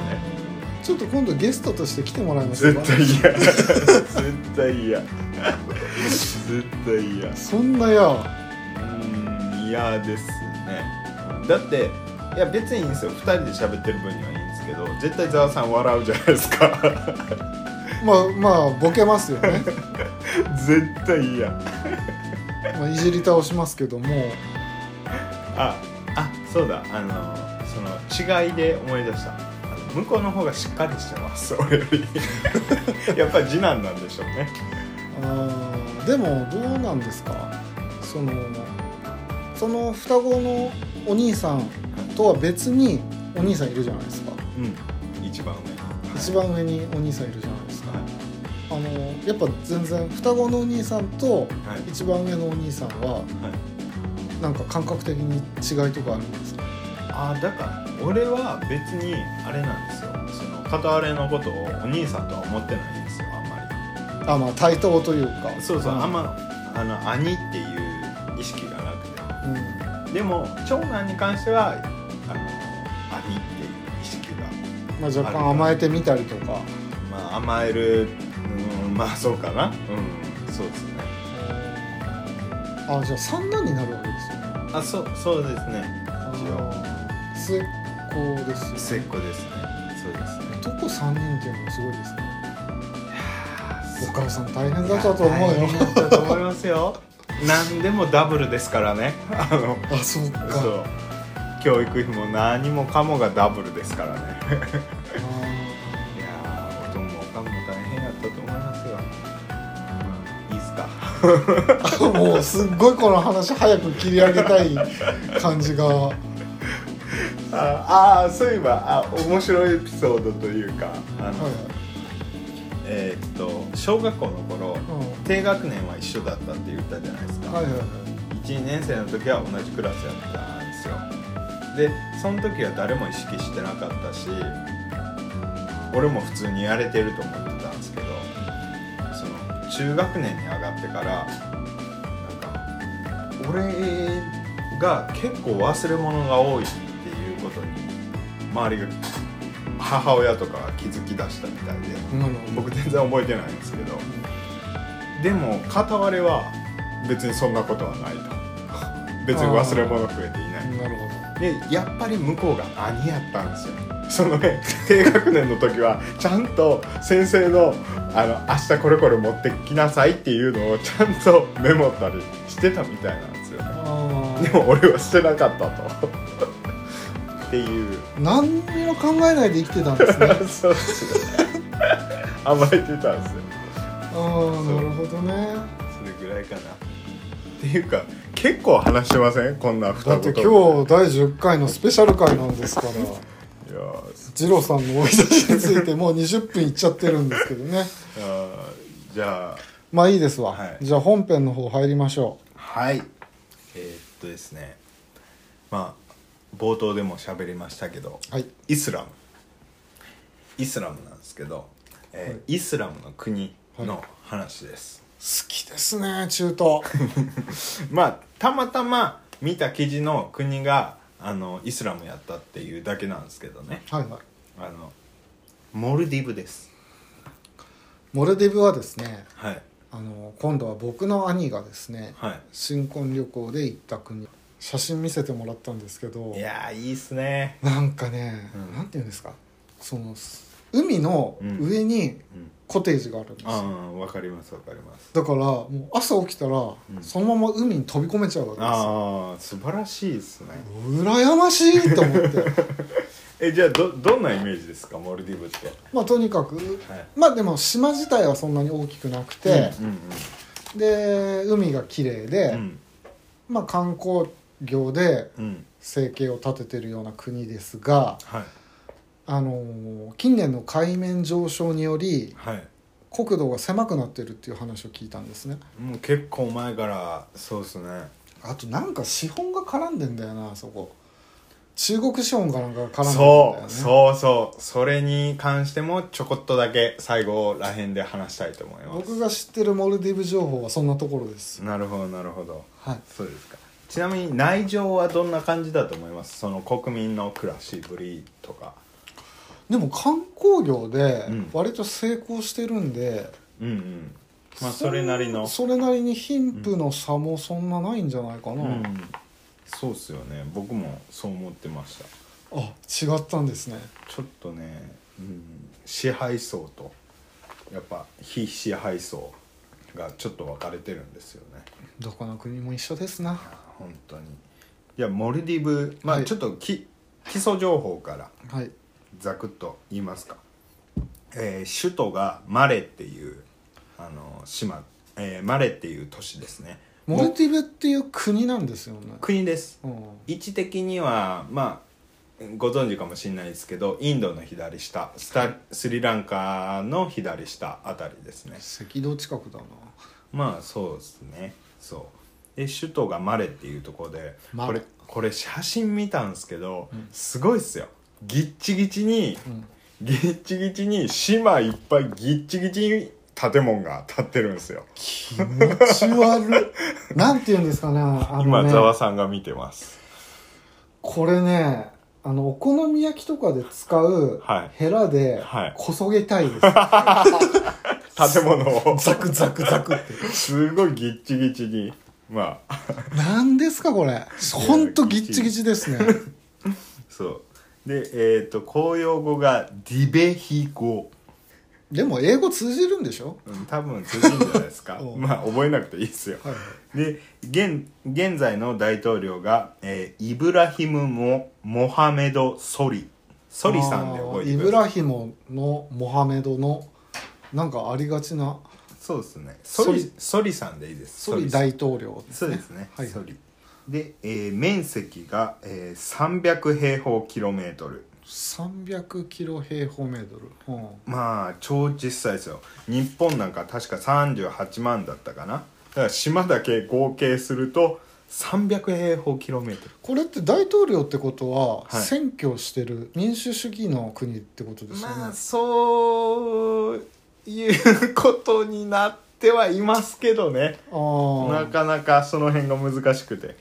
Speaker 1: ちょっと今度ゲストとして来てもらいますか
Speaker 2: 絶対嫌絶対嫌絶対嫌う
Speaker 1: そんなや
Speaker 2: ーん嫌ですねだっていや別にいいんですよ2人で喋ってる分にはいいんですけど絶対ざわさん笑うじゃないですか
Speaker 1: まあまあボケますよね、
Speaker 2: 絶対嫌
Speaker 1: まあ、いじり倒しますけども
Speaker 2: ああそうだあのその違いで思い出したあの向こうの方がしっかりしてます俺より やっぱり次男なんでしょうね
Speaker 1: あーでもどうなんですかそのその双子のお兄さんとは別にお兄さんいるじゃないですか
Speaker 2: うん一番上に
Speaker 1: 一番上にお兄さんいるじゃないですかあのやっぱ全然双子のお兄さんと
Speaker 2: はいはい
Speaker 1: 一番上のお兄さんは
Speaker 2: はい
Speaker 1: なんか感覚的に違いとかあるんですか
Speaker 2: あだから俺は別にあれなんですよその片割れのことをお兄さんとは思ってないんですよあんまり
Speaker 1: あまあ対等というか
Speaker 2: そうそうあん
Speaker 1: ま、
Speaker 2: まあの兄っていう意識がなく
Speaker 1: うん、
Speaker 2: てでも長男に関してはあの兄っていう意識が
Speaker 1: まあ、若干甘えてみたりとか
Speaker 2: まあ甘えるうんまあそうかなうんそうですね
Speaker 1: あじゃあ三男になるわけですよね
Speaker 2: あそうそうですね一応
Speaker 1: あー末っ子ですよね
Speaker 2: 末っ子ですねそうですね
Speaker 1: 男3人っていうのもすごいですねお母さん大
Speaker 2: い
Speaker 1: 変だ
Speaker 2: や
Speaker 1: ったと思うよ
Speaker 2: 大変だったと思いますよ何でもダブルですからねあの
Speaker 1: あそうか
Speaker 2: そう教育費も何もかもがダブルですからね
Speaker 1: あ
Speaker 2: いやーおとんもおかんも大変やったと思いますよ、うん、いいっすか
Speaker 1: ー もうすっごいこの話早く切り上げたい感じが
Speaker 2: ああーそういえばあ面白いエピソードというかあの、
Speaker 1: は
Speaker 2: えーっと小学校の頃
Speaker 1: い、うん
Speaker 2: 低学年は一緒だったって言ったじゃないですか、
Speaker 1: はいはいはい
Speaker 2: 12年生の時は同じクラスやったんですよでその時は誰も意識してなかったし俺も普通にやれてると思ってたんですけどその中学年に上がってからなんか俺が結構忘れ物が多いっていうことに周りが母親とかが気づきだしたみたいで
Speaker 1: なるほど
Speaker 2: 僕全然覚えてないんですけどでも片割れは別にそんなことはないと別に忘れ物増えていな
Speaker 1: な
Speaker 2: い
Speaker 1: るほ
Speaker 2: でやっぱり向こうが兄やったんですよそのね低学年の時はちゃんと先生のあの明日これこれ持ってきなさいっていうのをちゃんとメモったりしてたみたいなんですよね
Speaker 1: どあ
Speaker 2: でも俺はしてなかったとっていう
Speaker 1: あ何にも考えないで生きてたんですね
Speaker 2: そうですね甘えてたんですよ
Speaker 1: ああなるほどね
Speaker 2: それぐらいかなっていうか結構話してませんこんな
Speaker 1: だ
Speaker 2: 双
Speaker 1: っ
Speaker 2: 言
Speaker 1: て今日第10回のスペシャル回なんですから
Speaker 2: いやーす
Speaker 1: 二郎さんの生い立ちについてもう20分いっちゃってるんですけどね
Speaker 2: あーじゃあ
Speaker 1: まあいいですわ、
Speaker 2: はい
Speaker 1: じゃあ本編の方入りましょ
Speaker 2: はいえーっとですねまあ冒頭でも喋りましたけど
Speaker 1: うはい
Speaker 2: イスラムイスラムなんですけど、えーイスラムの国の話です、
Speaker 1: 好きですね中東
Speaker 2: まあたまたま見た記事の国があのイスラムやったっていうだけなんですけどね
Speaker 1: はいはい
Speaker 2: あのモルディブです
Speaker 1: モルディブはですね
Speaker 2: はい
Speaker 1: あの今度は僕の兄がですね
Speaker 2: はい
Speaker 1: 新婚旅行で行った国写真見せてもらったんですけど
Speaker 2: いやーいいっすね、
Speaker 1: なんかね、
Speaker 2: うん
Speaker 1: なんていうんですかその海の上に
Speaker 2: うん、
Speaker 1: コテージがあるんですよ、
Speaker 2: ああわかりますわかります
Speaker 1: だからもう朝起きたら、
Speaker 2: ん
Speaker 1: そのまま海に飛び込めちゃうわけですよ
Speaker 2: ああ素晴らしいですね
Speaker 1: 羨ましいと思って
Speaker 2: えじゃあどどんなイメージですかモルディブって
Speaker 1: まあとにかく
Speaker 2: はい
Speaker 1: まあでも島自体はそんなに大きくなくて、
Speaker 2: うん
Speaker 1: で海が綺麗で、
Speaker 2: うんうん
Speaker 1: まあ観光業で
Speaker 2: うん
Speaker 1: 生計を立ててるような国ですが、
Speaker 2: はい
Speaker 1: あのー近年の海面上昇により
Speaker 2: はい
Speaker 1: 国土が狭くなってるっていう話を聞いたんですね
Speaker 2: もう結構前からそうですね
Speaker 1: あとなんか資本が絡んでんだよなそこ中国資本かなんかが絡んでんだよね
Speaker 2: そうそうそうそれに関してもちょこっとだけ最後らへんで話したいと思いま
Speaker 1: 僕が知ってるモルディブ情報はそんなところです
Speaker 2: すなるほどなるほど
Speaker 1: はい
Speaker 2: そうですかちなみに内情はどんな感じだと思いますその国民の暮らしぶりとか
Speaker 1: でも観光業で
Speaker 2: うん
Speaker 1: 割と成功してるんで、
Speaker 2: うんうんまあそれなりの
Speaker 1: それなりに貧富の差もそんなないんじゃないかな、
Speaker 2: うんそうっすよね僕もそう思ってました
Speaker 1: あ違ったんですね
Speaker 2: ちょっとね、うん、支配層とやっぱ非支配層がちょっと分かれてるんですよね
Speaker 1: どこの国も一緒ですな
Speaker 2: あ本当にじゃあモルディブま
Speaker 1: は
Speaker 2: あ
Speaker 1: い
Speaker 2: ちょっとき、基礎情報から
Speaker 1: はい
Speaker 2: ざくっと言いますか、えー首都がマレっていうあの島、えーマレっていう都市ですね
Speaker 1: モルディブっていう国なんですよね、
Speaker 2: 国です
Speaker 1: うん、
Speaker 2: 位置的にはまあご存知かもしれないですけどインドの左下スタスリランカの左下あたりですね
Speaker 1: 赤道近くだな
Speaker 2: まあそうですねそうで首都がマレっていうところで
Speaker 1: マレ
Speaker 2: これこれ写真見たんですけど、
Speaker 1: うん
Speaker 2: すごいっすよギッチギチに
Speaker 1: うん
Speaker 2: ギッチギチに島いっぱいギッチギチに建物が建ってるんですよ、
Speaker 1: 気持ち悪いなんて言うんですかねあの
Speaker 2: 今ざわ
Speaker 1: ね
Speaker 2: さんが見てます
Speaker 1: これねあのお好み焼きとかで使う
Speaker 2: はい
Speaker 1: ヘラで
Speaker 2: はい
Speaker 1: こそげたい です、
Speaker 2: 建物を
Speaker 1: ザクザクザクって
Speaker 2: すごいギッチギチにまあ
Speaker 1: 何ですかこれほんとギッチギチですね
Speaker 2: そうでえっ、と公用語がディベヒ語
Speaker 1: でも英語通じるんでしょ
Speaker 2: うん多分通じるんじゃないですか
Speaker 1: おう
Speaker 2: まあ覚えなくていいですよ
Speaker 1: はいはい
Speaker 2: で現現在の大統領が、えーイブラヒムモ・モハメド・ソリソリさんで覚え
Speaker 1: あーイ
Speaker 2: てく
Speaker 1: ブ
Speaker 2: ださい
Speaker 1: ラヒムのモハメドのなんかありがちな
Speaker 2: そうですねソ
Speaker 1: ソ
Speaker 2: リソリさんでいいです
Speaker 1: ソリ
Speaker 2: さん
Speaker 1: 大統領です
Speaker 2: そう
Speaker 1: ね
Speaker 2: ですね、
Speaker 1: はい
Speaker 2: ソリで、えー面積が、えー300平方キロメートル
Speaker 1: 300キロ平方メートル、うん
Speaker 2: まあ超小さいですよ日本なんか確か38万だったかなだから島だけ合計すると300平方キロメートル
Speaker 1: これって大統領ってことは
Speaker 2: はい
Speaker 1: 選挙してる民主主義の国ってことですよね、
Speaker 2: まあそういうことになってはいますけどね
Speaker 1: あー、
Speaker 2: なかなかその辺が難しくて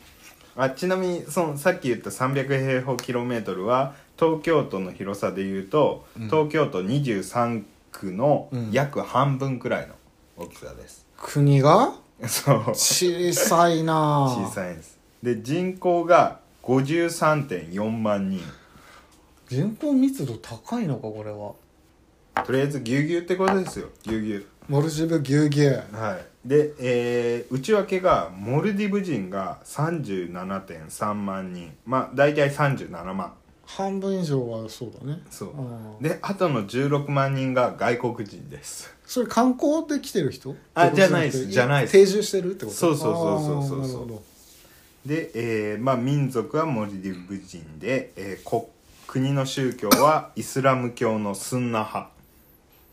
Speaker 2: あちなみにそのさっき言った300平方キロメートルは東京都の広さで言うと、
Speaker 1: うん
Speaker 2: 東京都23区の
Speaker 1: うん
Speaker 2: 約半分くらいの大きさです、
Speaker 1: 国が
Speaker 2: そう
Speaker 1: 小さいな
Speaker 2: 小さいですで人口が53.4万人
Speaker 1: 人口密度高いのかこれは
Speaker 2: とりあえずぎゅうぎゅうってことですよぎゅうぎゅう
Speaker 1: モルジブぎゅうぎゅう
Speaker 2: はい、で、えー内訳がモルディブ人が37.3万人まあ大体37万
Speaker 1: 半分以上はそうだね
Speaker 2: そう
Speaker 1: うん
Speaker 2: であとの16万人が外国人です
Speaker 1: それ観光で来てる人
Speaker 2: あじゃないです
Speaker 1: ってこと
Speaker 2: じゃないです
Speaker 1: 定住してるってこと
Speaker 2: そうそうそうそうそうそう
Speaker 1: あーなるほど
Speaker 2: で、えーまあ、民族はモルディブ人で、えーこ国の宗教はイスラム教のスンナ派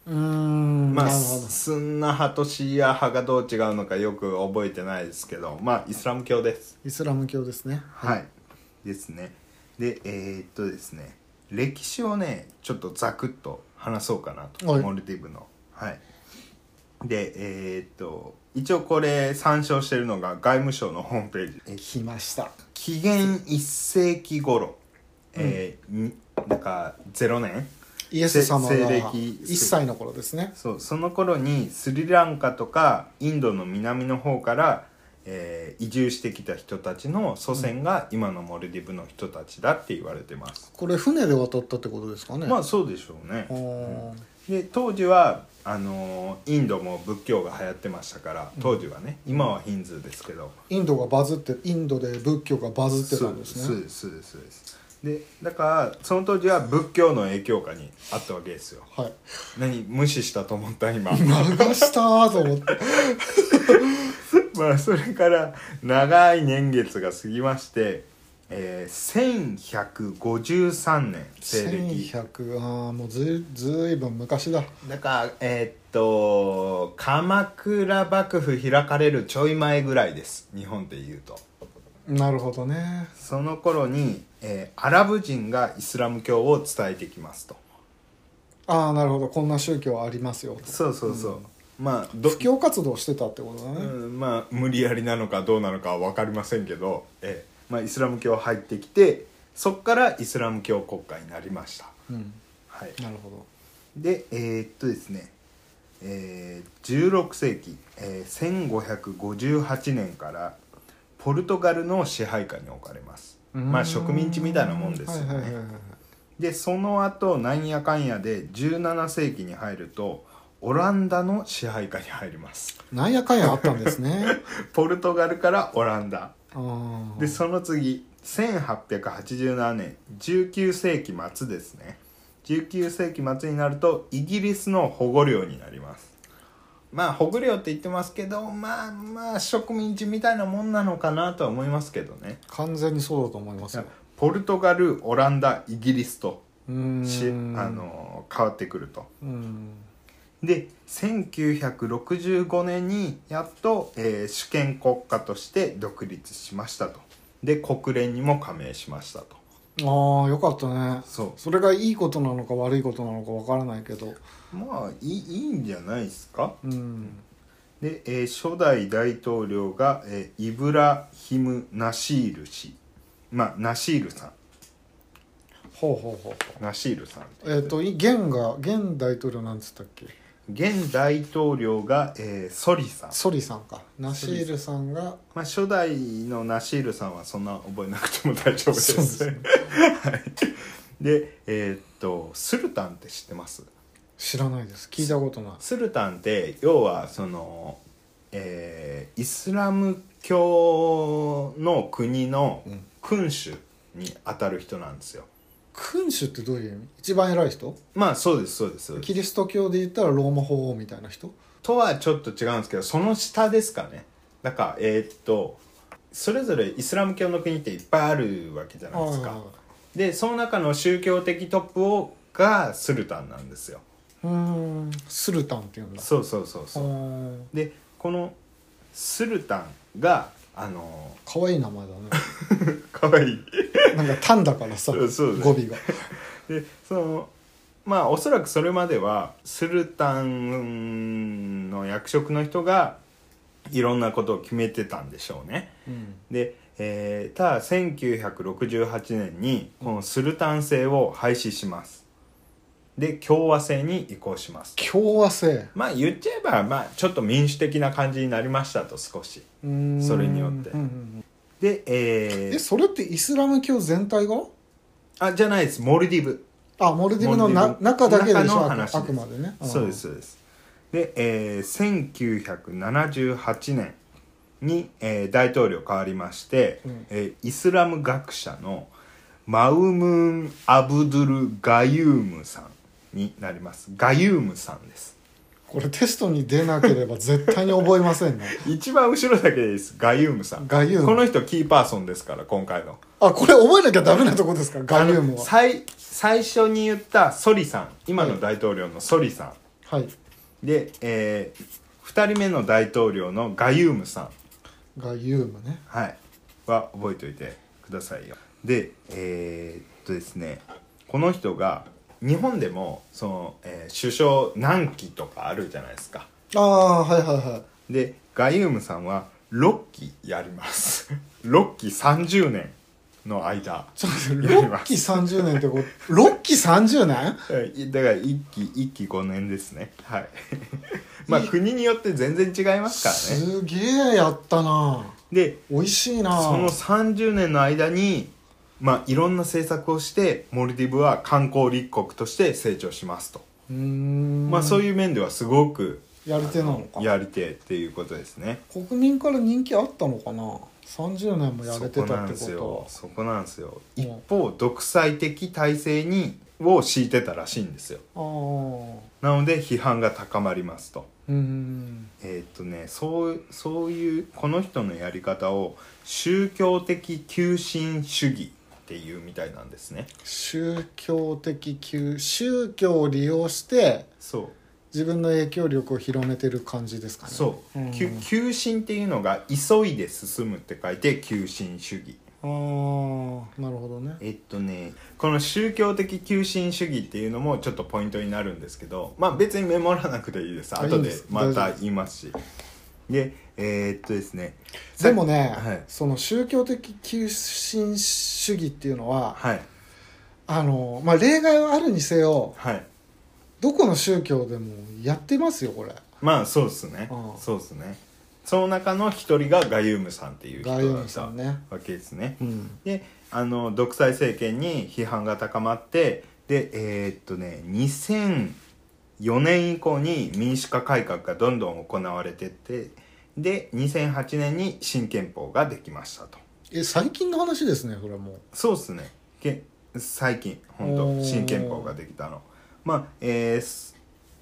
Speaker 1: うーん、
Speaker 2: まあ
Speaker 1: なるほど
Speaker 2: スンナ派とシーア派がどう違うのかよく覚えてないですけどまあイスラム教です
Speaker 1: イスラム教ですね
Speaker 2: はい、ですねでえーっとですね歴史をねちょっとざくっと話そうかなと、
Speaker 1: はい
Speaker 2: モルディブのはいでえーっと一応これ参照してるのが外務省のホームページえ
Speaker 1: 来ました
Speaker 2: 紀元1世紀頃、えーにだから0年
Speaker 1: イエス様が
Speaker 2: 西暦
Speaker 1: 1歳の頃ですね
Speaker 2: そうその頃にスリランカとかインドの南の方から、えー移住してきた人たちの祖先が今のモルディブの人たちだって言われてます、
Speaker 1: これ船で渡ったってことですかね
Speaker 2: まあそうでしょうね
Speaker 1: あー
Speaker 2: で当時はあのーインドも仏教が流行ってましたから当時はね、今はヒンズーですけど
Speaker 1: インドがバズってインドで仏教がバズってた
Speaker 2: そうんで
Speaker 1: ですす
Speaker 2: そう
Speaker 1: ね
Speaker 2: ですそうですそうですでだからその当時は仏教の影響下にあったわけですよ
Speaker 1: はい
Speaker 2: 何無視したと思っ た今
Speaker 1: 流したーと思って
Speaker 2: まあそれから長い年月が過ぎまして、えー、1153年 西暦
Speaker 1: 1100ああもうずずいぶん昔だ
Speaker 2: だからえーっと鎌倉幕府開かれるちょい前ぐらいです日本でいうと
Speaker 1: なるほどね
Speaker 2: その頃に、えーアラブ人がイスラム教を伝えてきますと
Speaker 1: ああなるほどこんな宗教ありますよ
Speaker 2: そうそうそう、まあど
Speaker 1: 布教活動してたってことだね、
Speaker 2: うんまあ無理やりなのかどうなのかは分かりませんけど、ええまあ、イスラム教入ってきてそっからイスラム教国家になりました、
Speaker 1: うん
Speaker 2: はい、
Speaker 1: なるほど
Speaker 2: でえーっとですね、えー16世紀、えー1558年からポルトガルの支配下に置かれますまあ植民地みたいなもんですよ
Speaker 1: は
Speaker 2: ね、
Speaker 1: いはいはいはい
Speaker 2: でその後なんやかんやで17世紀に入るとオランダの支配下に入ります
Speaker 1: なんやかんやあったんですね
Speaker 2: ポルトガルからオランダ
Speaker 1: ああ
Speaker 2: でその次1887年19世紀末ですね19世紀末になるとイギリスの保護領になりますまあ保護領って言ってますけどまあまあ植民地みたいなもんなのかなとは思いますけどね
Speaker 1: 完全にそうだと思いますよ
Speaker 2: ポルトガルオランダイギリスと
Speaker 1: うーん
Speaker 2: しあの変わってくると
Speaker 1: うん
Speaker 2: で1965年にやっと、えー主権国家として独立しましたとで国連にも加盟しましたと
Speaker 1: ああよかったね
Speaker 2: そ
Speaker 1: それがいいことなのか悪いことなのかわからないけど
Speaker 2: うまあいいいいんじゃないですか
Speaker 1: うん
Speaker 2: で、えー初代大統領が、えーイブラヒム・ナシール氏まあナシールさん
Speaker 1: ほうほうほうほ
Speaker 2: ナシールさん
Speaker 1: うえっ、とい現が現大統領なんつったっけ
Speaker 2: 現大統領が、えーソリさん、
Speaker 1: ソリさんかナシールさんが
Speaker 2: まあ、初代のナシールさんはそんな覚えなくても大丈夫で
Speaker 1: そ
Speaker 2: す
Speaker 1: うですね
Speaker 2: はいでえーっとスルタンって知ってます
Speaker 1: 知らないです聞いたことない
Speaker 2: スルタンって要はその、えーイスラム教の国の
Speaker 1: うん
Speaker 2: 君主に当たる人なんですよ、
Speaker 1: 君主ってどういう意味一番偉い人
Speaker 2: まあそうですそうですそうです
Speaker 1: キリスト教で言ったらローマ法王みたいな人
Speaker 2: とはちょっと違うんですけどその下ですかねだからえーっとそれぞれイスラム教の国っていっぱいあるわけじゃないですかでその中の宗教的トップをがスルタンなんですよ
Speaker 1: うーんスルタンって言うんだ
Speaker 2: そうそうそう
Speaker 1: う
Speaker 2: そう
Speaker 1: ーん
Speaker 2: でこのスルタンがあの
Speaker 1: かわいい名前だ
Speaker 2: ー、かわいい
Speaker 1: ね なんかタンだからさ
Speaker 2: そうそうだね
Speaker 1: 語尾が
Speaker 2: でそのまあおそらくそれまではスルタンの役職の人がいろんなことを決めてたんでしょうね。
Speaker 1: うん
Speaker 2: で、えー、ただ1968年にこのスルタン制を廃止します。で共和制に移行します。
Speaker 1: 共和制
Speaker 2: まあ言っちゃえば、まあ、ちょっと民主的な感じになりましたと少し。
Speaker 1: うーん
Speaker 2: それによって
Speaker 1: うんうんうん
Speaker 2: で、えー
Speaker 1: えそれってイスラム教全体が
Speaker 2: あじゃないですモルディブ。
Speaker 1: あモルディブのな
Speaker 2: モルディブ
Speaker 1: 中だけでし
Speaker 2: 中の
Speaker 1: ょあ
Speaker 2: 話です
Speaker 1: くあくまでね
Speaker 2: そうですそうですで、えー1978年に、えー大統領変わりまして、
Speaker 1: うん
Speaker 2: えーイスラム学者のマウムーン・アブドゥル・ガユームさんになりますガユームさんです
Speaker 1: これテストに出なければ絶対に覚えません ね
Speaker 2: 一番後ろだけですガユームさん
Speaker 1: ガユーム
Speaker 2: この人キーパーソンですから今回の
Speaker 1: あこれ覚えなきゃダメなとこですかガリウム
Speaker 2: あの
Speaker 1: は
Speaker 2: 最最初に言ったソリさん今の大統領のソリさん、
Speaker 1: はい
Speaker 2: で、え2人目の大統領のガユームさん
Speaker 1: ガユームね
Speaker 2: はい、は覚えておいてくださいよでえーっとですねこの人が日本でもその、えー首相何期とかあるじゃないですか
Speaker 1: ああはいはいはい
Speaker 2: でガイウムさんは6期やります 6期30年の間
Speaker 1: ちょっと
Speaker 2: やり
Speaker 1: 6
Speaker 2: ます
Speaker 1: 期30年ってこと6期30年
Speaker 2: はいだから1期1期5年ですねはい まあ国によって全然違いますからね
Speaker 1: すげえやったな
Speaker 2: で
Speaker 1: 美味しいな
Speaker 2: その30年の間に、まあ、いろんな政策をしてモルディブは観光立国として成長しますと、
Speaker 1: うーん
Speaker 2: まあ、そう
Speaker 1: う
Speaker 2: いう面ではすごく
Speaker 1: やり手なのか
Speaker 2: やり手っていうことですね
Speaker 1: 国民から人気あったのかな30年もやれてた
Speaker 2: そこな
Speaker 1: っ
Speaker 2: ん
Speaker 1: て
Speaker 2: です
Speaker 1: こ
Speaker 2: よそこなんですよ
Speaker 1: うん
Speaker 2: 一方独裁的体制にを敷いてたらしいんですよ
Speaker 1: とは
Speaker 2: なので批判が高まりますと
Speaker 1: ああうん
Speaker 2: えーっとねそうそういうこの人のやり方を宗教的急進主義っていうみたいなんですね
Speaker 1: 宗教的急宗教を利用して
Speaker 2: そう
Speaker 1: 自分の影響力を広めてる感じですかね
Speaker 2: そう、
Speaker 1: うん
Speaker 2: 急急進っていうのが「急いで進む」って書いて急進主義
Speaker 1: ああなるほどね
Speaker 2: えっとねこの宗教的急進主義っていうのもちょっとポイントになるんですけどまあ別にメモらなくていいです
Speaker 1: あ
Speaker 2: 後
Speaker 1: いいんで
Speaker 2: ですまた言いますしでえーっとですね
Speaker 1: でもね、
Speaker 2: はい
Speaker 1: その宗教的急進主義っていうのは
Speaker 2: はい
Speaker 1: あの、まあ、例外はあるにせよ
Speaker 2: はい
Speaker 1: どこの宗教でもやってますよこれ
Speaker 2: まあそうっすね
Speaker 1: うん
Speaker 2: そうっすねその中の一人がガユームさんっていう人
Speaker 1: ガイオ
Speaker 2: だ
Speaker 1: ン
Speaker 2: った
Speaker 1: さ
Speaker 2: わ
Speaker 1: んね、
Speaker 2: けですね
Speaker 1: うん、
Speaker 2: であの独裁政権に批判が高まってでえーっとね2004年以降に民主化改革がどんどん行われてってで2008年に新憲法ができましたと
Speaker 1: え最近の話ですねそれもう
Speaker 2: そうっすねけ最近本
Speaker 1: お
Speaker 2: 当
Speaker 1: ー
Speaker 2: 新憲法ができたのまあえーす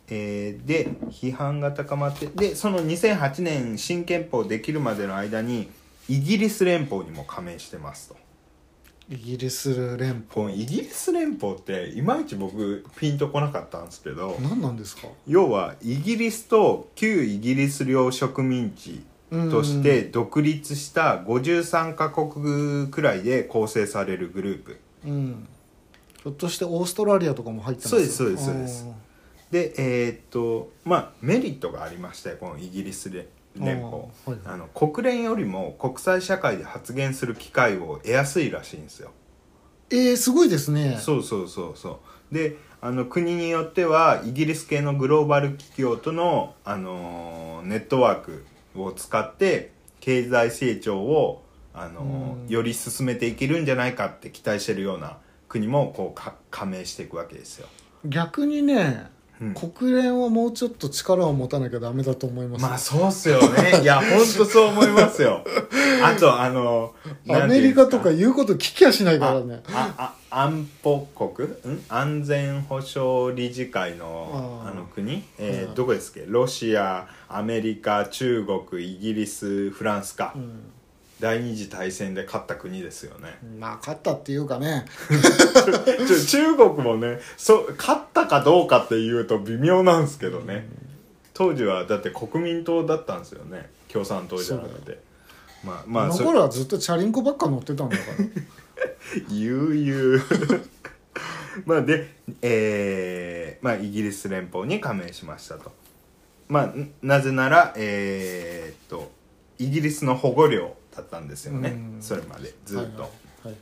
Speaker 2: えーで批判が高まってでその2008年新憲法できるまでの間にイギリス連邦にも加盟してますと。
Speaker 1: イギリス連
Speaker 2: このイギリス連邦っていまいち僕ピンとこなかったんですけど
Speaker 1: 邦何なんですか
Speaker 2: 要はイギリスと旧イギリス領植民地として独立した53カ国くらいで構成されるグループ
Speaker 1: うんひょっとしてオーストラリアとかも入ってます
Speaker 2: そうですそうですそうですでえーっとまあメリットがありましてこのイギリスで連
Speaker 1: あ
Speaker 2: 邦
Speaker 1: ーはいはい
Speaker 2: あの国連よりも国際社会で発言する機会を得やすいらしいんですよ
Speaker 1: えー、すごいですね
Speaker 2: そうそうそうそうであの国によってはイギリス系のグローバル企業との、あのーネットワークを使って経済成長を、あのー
Speaker 1: うん
Speaker 2: より進めていけるんじゃないかって期待してるような国もこうか加盟していくわけですよ。
Speaker 1: 逆にね、
Speaker 2: うん
Speaker 1: 国連はもうちょっと力を持たなきゃダメだと思います、
Speaker 2: まあそうっすよね。いや、ほんとそう思いますよ。 あと、あのー、
Speaker 1: ア
Speaker 2: なん
Speaker 1: メ
Speaker 2: ていうん
Speaker 1: リ
Speaker 2: です
Speaker 1: カとか言うこと聞きやしないからね
Speaker 2: ああ安保国ん安全保障理事会の
Speaker 1: あ
Speaker 2: あ
Speaker 1: ー
Speaker 2: の国、えー
Speaker 1: うん
Speaker 2: どこですっけロシアアメリカ中国イギリスフランスか、
Speaker 1: う
Speaker 2: 第二次大戦で勝った国ですよね
Speaker 1: ん、まあ勝ったっていうかね
Speaker 2: ちょ中国もねそう勝ったかどうかっていうと微妙なんですけどね、当時はだって国民党だったんですよね共産党じゃなく
Speaker 1: そうだ
Speaker 2: てまあ
Speaker 1: ま
Speaker 2: ま
Speaker 1: あ
Speaker 2: あ
Speaker 1: の
Speaker 2: そ
Speaker 1: 頃はずっとチャリンコばっか乗ってたんだから
Speaker 2: 悠々 まあでえーまあイギリス連邦に加盟しましたとまあんなぜならえーっとイギリスの保護領だったんですよね
Speaker 1: うん
Speaker 2: それまでずっと、
Speaker 1: はいはい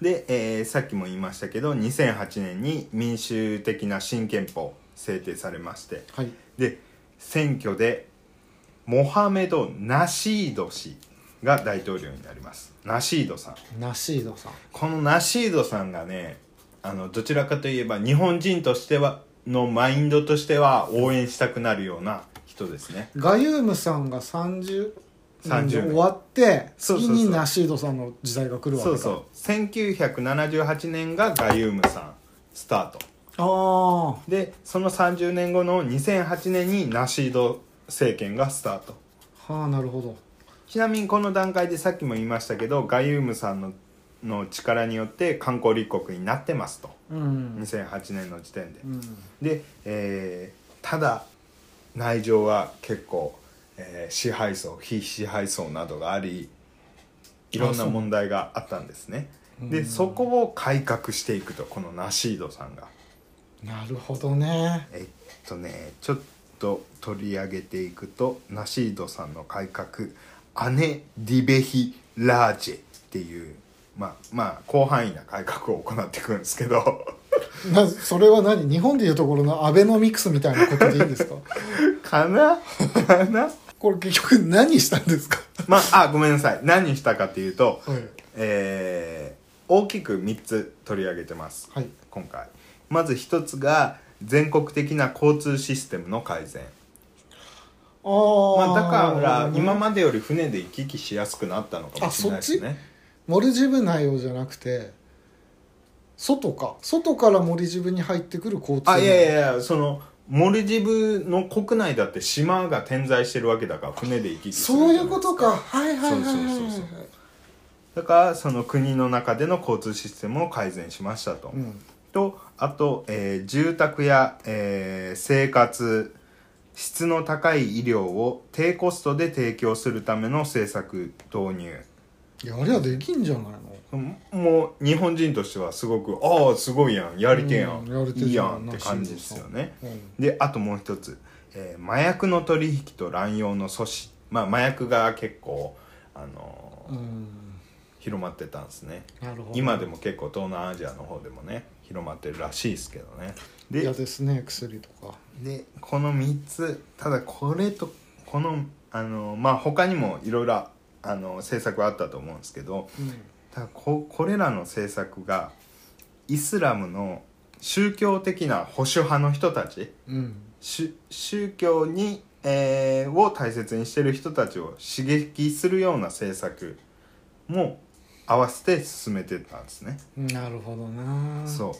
Speaker 2: で、えーさっきも言いましたけど2008年に民主的な新憲法制定されまして
Speaker 1: はい、はい
Speaker 2: で選挙でモハメド・ナシード氏が大統領になりますナシードさん
Speaker 1: ナシードさん
Speaker 2: このナシードさんがねあのどちらかといえば日本人としてはのマインドとしては応援したくなるような人ですね
Speaker 1: ガユームさんが30
Speaker 2: 30
Speaker 1: 年終わって
Speaker 2: そうそう
Speaker 1: 次
Speaker 2: そう
Speaker 1: にナシードさんの時代が来るわけ
Speaker 2: そ
Speaker 1: だ
Speaker 2: うそう1978年がガユームさんスタート
Speaker 1: ああ
Speaker 2: でその30年後の2008年にナシード政権がスタート
Speaker 1: はあなるほど
Speaker 2: ちなみにこの段階でさっきも言いましたけどガユームさんのの力によって観光立国になってますと
Speaker 1: うん、
Speaker 2: 2008年の時点で
Speaker 1: うん、
Speaker 2: で、えーただ内情は結構、えー支配層非支配層などがありいろんな問題があったんですねでそこを改革していくとこのナシードさんが
Speaker 1: なるほどね
Speaker 2: えっとねちょっと取り上げていくとナシードさんの改革アネ・ディベヒ・ラージェっていうまあまあ広範囲な改革を行っていくんですけ ど
Speaker 1: なそれは何日本でいうところのアベノミクスみたいなことでいいん ですか
Speaker 2: かな かな
Speaker 1: これ結局何したんですか
Speaker 2: まあ、あ、ごめんなさい。何したかっていうと、
Speaker 1: はい
Speaker 2: えー大きく3つ取り上げてます。
Speaker 1: はい
Speaker 2: 今回。まず1つが、全国的な交通システムの改善。
Speaker 1: ああ、
Speaker 2: まあ、だから、今
Speaker 1: で
Speaker 2: までより船で行き来しやすくなったのかもしれないですね。
Speaker 1: モルジブ内容じゃなくて外か外からモルジブに入ってくる交通
Speaker 2: あ、いやいやいや、その、モルジブの国内だって島が点在してるわけだから、船で行き来するじゃ
Speaker 1: そう
Speaker 2: な
Speaker 1: い
Speaker 2: いです
Speaker 1: うことかはいはいはいはいはい
Speaker 2: そうそうそうだから、その国の中での交通システムを改善しましたと。
Speaker 1: うん
Speaker 2: とあと、えー住宅や、えー生活質の高い医療を低コストで提供するための政策導入
Speaker 1: いやあれはできんじゃないの
Speaker 2: うんもう日本人としてはすごくああすごいやんやりてえやん、
Speaker 1: うんやりてえ
Speaker 2: いい
Speaker 1: じ
Speaker 2: や
Speaker 1: ゃん
Speaker 2: んって感じですよね
Speaker 1: うん
Speaker 2: であともう一つ、えー麻薬の取引と乱用の阻止まあ麻薬が結構あのー
Speaker 1: うん
Speaker 2: 広まってたんですね
Speaker 1: なるほど
Speaker 2: 今でも結構東南アジアの方でもね広まってるらしいですけどねで
Speaker 1: 嫌ですね薬とか
Speaker 2: でこの3つただこれとこのあのまあ他にもいろいろあの政策はあったと思うんですけど
Speaker 1: うん
Speaker 2: ただここれらの政策がイスラムの宗教的な保守派の人たち
Speaker 1: うん
Speaker 2: し宗教に、えーを大切にしてる人たちを刺激するような政策も合わせて進めてたんですね。
Speaker 1: なるほどな
Speaker 2: そう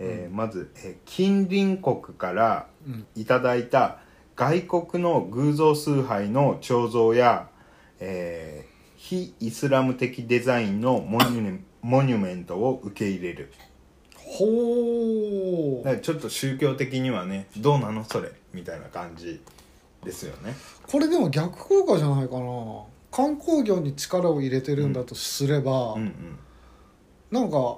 Speaker 2: えーまず、えー近隣国から
Speaker 1: うん
Speaker 2: いただいた外国の偶像崇拝の彫像や、えー非イスラム的デザインのモニュメンモニュメントを受け入れる
Speaker 1: ほ
Speaker 2: だか
Speaker 1: う
Speaker 2: らちょっと宗教的にはねどうなのそれみたいな感じですよね
Speaker 1: これでも逆効果じゃないかな観光業に力を入れてるんだとすれば、
Speaker 2: うんうん
Speaker 1: なんか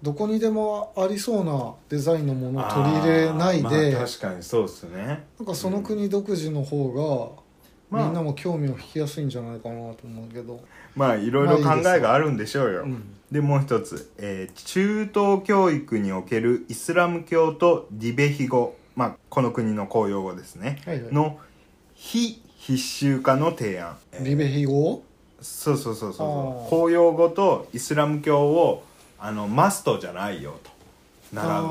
Speaker 1: どこにでもありそうなデザインのものを取り入れない
Speaker 2: あ
Speaker 1: で、
Speaker 2: ーまあ、確かにそうですね
Speaker 1: なんかその国独自の方が、
Speaker 2: まあ
Speaker 1: みんなも興味を引きやすいんじゃないかなと思うけど、
Speaker 2: まあいろいろ考えがあるんでしょうよ、
Speaker 1: うん
Speaker 2: でもう一つ、えー中東教育におけるイスラム教とディベヒ語、まあ、この国の公用語ですね、
Speaker 1: はいはい
Speaker 2: の非必修化の提案、えー
Speaker 1: リベヒ語
Speaker 2: そうそうそうそうそ
Speaker 1: あ
Speaker 2: う
Speaker 1: ー
Speaker 2: 公用語とイスラム教をあのマストじゃないよと習うの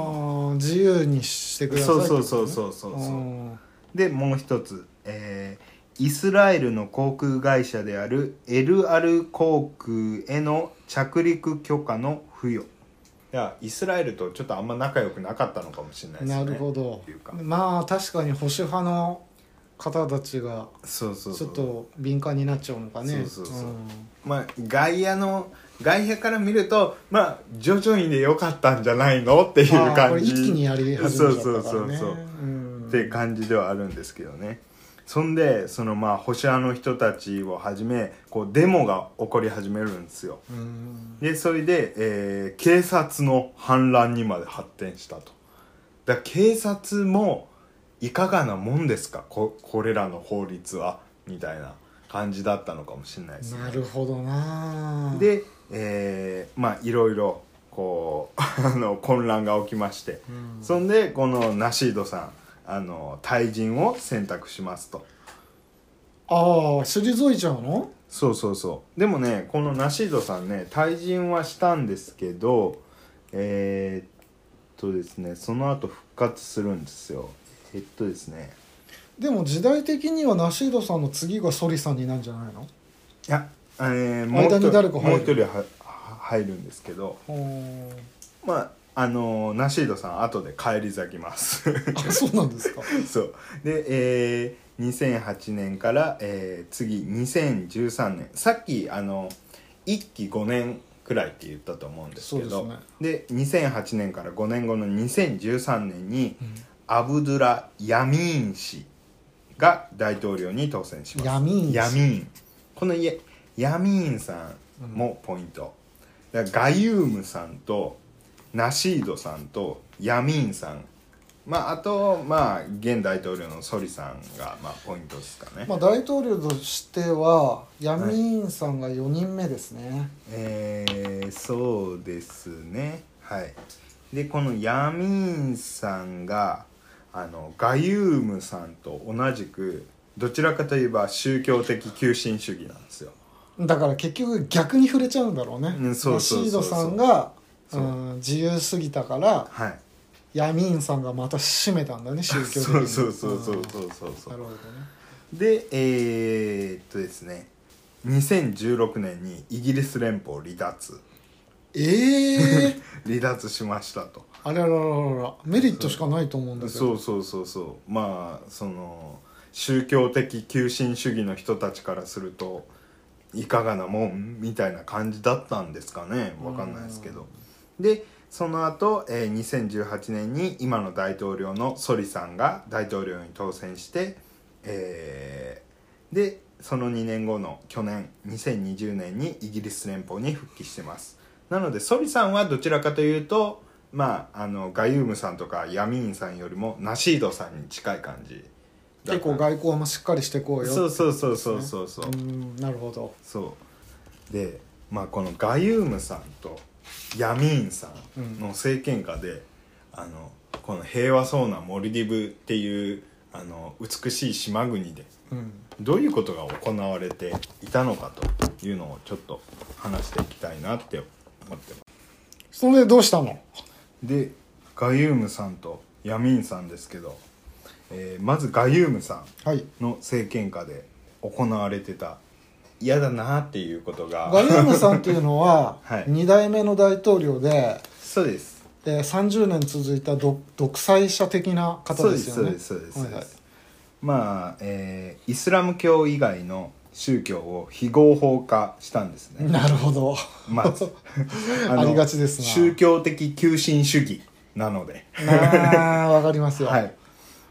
Speaker 1: あー自由にしてください
Speaker 2: そ
Speaker 1: っ
Speaker 2: う
Speaker 1: てこと
Speaker 2: そう
Speaker 1: ね
Speaker 2: そうそうそうそう
Speaker 1: あ
Speaker 2: でもう一つ、えーイスラエルの航空会社であるエルアル航空への着陸許可の付与
Speaker 3: いやイスラエルとちょっとあんま仲良くなかったのかもしれない
Speaker 1: ー
Speaker 3: ですね
Speaker 1: なるほど
Speaker 3: っていうか
Speaker 1: まあ確かに保守派の方たちが
Speaker 2: そうそう
Speaker 1: ち
Speaker 2: そ
Speaker 1: ょ
Speaker 2: う
Speaker 1: っと敏感になっちゃうのかね
Speaker 2: そうそうそうんまあ外野の外野から見るとまあ徐々にでよかったんじゃないのっていう
Speaker 1: あーこ
Speaker 2: 感
Speaker 1: れ
Speaker 2: じ
Speaker 1: 一気にやり始めちゃったからね
Speaker 2: そうそうそうそう
Speaker 1: うん
Speaker 2: って感じではあるんですけどねそんでそのまあ保守派の人たちをはじめこうデモが起こり始めるんですよ
Speaker 1: うん
Speaker 2: でそれで、えー警察の反乱にまで発展したとだから警察もいかがなもんですかここれらの法律はみたいな感じだったのかもしれないですね
Speaker 1: なるほどな
Speaker 2: で、えーまあいろいろこう あの混乱が起きまして、
Speaker 1: うん
Speaker 2: そんでこのナシードさんあの退陣を選択しますと
Speaker 1: ああ退いちゃうの
Speaker 2: そうそうそうでもねこのナシードさんね退陣はしたんですけどえーっとですねその後復活するんですよえっとですね
Speaker 1: でも時代的にはナシードさんの次がソリさんになるんじゃないの
Speaker 2: いや、えーもう
Speaker 1: 間に
Speaker 2: 一人
Speaker 1: 誰か入る
Speaker 2: もう一人はは入るんですけど
Speaker 1: うん
Speaker 2: まああのナシードさん後で返り咲きます
Speaker 1: あそうなんですか
Speaker 2: そうで、えー2008年から、えー次2013年さっきあの1期5年くらいって言ったと思うんです
Speaker 1: そう
Speaker 2: け
Speaker 1: です
Speaker 2: ど
Speaker 1: ね
Speaker 2: で,、2008年から5年後の2013年に
Speaker 1: ん
Speaker 2: アブドゥラ・ヤミーン氏が大統領に当選します
Speaker 1: ヤミーン氏
Speaker 2: ヤミーンこのやヤミーンさんもポイント、だからガユームさんとナシードさんとヤミーンさんまああとまあ現大統領のソリさんがまあポイントですかね、
Speaker 1: まあ大統領としてはヤミーンさんが4人目ですね、
Speaker 2: えーそうですねはいでこのヤミーンさんがあのガユームさんと同じくどちらかといえば宗教的急進主義なんですよ
Speaker 1: だから結局逆に触れちゃうんだろうね、
Speaker 2: うんそうそうそう
Speaker 1: ナシー
Speaker 2: そう
Speaker 1: ドさんが
Speaker 2: そう
Speaker 1: うん自由すぎたから
Speaker 2: はい
Speaker 1: ヤミーンさんがまた締めたんだね宗教的に
Speaker 2: そうそうそうそうそ
Speaker 1: うん
Speaker 2: うそう
Speaker 1: なるほどね
Speaker 2: でえー、っとですね2016年にイギリス連邦離脱
Speaker 1: え え
Speaker 2: 離脱しましたと
Speaker 1: あれららららメリットしかないと思うんだけど
Speaker 2: そうそうそうそうまあその宗教的急進主義の人たちからするといかがなもんみたいな感じだったんですかねわかんないですけどでその後、えー2018年に今の大統領のソリさんが大統領に当選して、えーでその2年後の去年2020年にイギリス連邦に復帰してますなのでソリさんはどちらかというとまああのガユームさんとかヤミーンさんよりもナシードさんに近い感じ
Speaker 1: 結構外交もしっかりしてこうよ
Speaker 2: そうそうそうそうそうそう、
Speaker 1: うんなるほど
Speaker 2: そうでまあこのガユームさんとヤミーンさんの政権下で、あのこの平和そうなモルディブっていうあの美しい島国で
Speaker 1: うん
Speaker 2: どういうことが行われていたのかというのをちょっと話していきたいなって思ってます
Speaker 1: それでどうしたの
Speaker 2: でガユームさんとヤミーンさんですけど、えーまずガユームさん
Speaker 1: はい
Speaker 2: の政権下で行われてた嫌だなっていうことが
Speaker 1: ガリウムさんっていうのは
Speaker 2: はい
Speaker 1: 2代目の大統領で、
Speaker 2: そうです
Speaker 1: えー30年続いたど独裁者的な方ですよね
Speaker 2: そうですそうですそうです、
Speaker 1: はいはい
Speaker 2: まあ、えーイスラム教以外の宗教を非合法化したんですね
Speaker 1: なる ほど
Speaker 2: まずの
Speaker 1: ありがちですな
Speaker 2: 宗教的急進主義なので
Speaker 1: なあわかりますよ、
Speaker 2: はい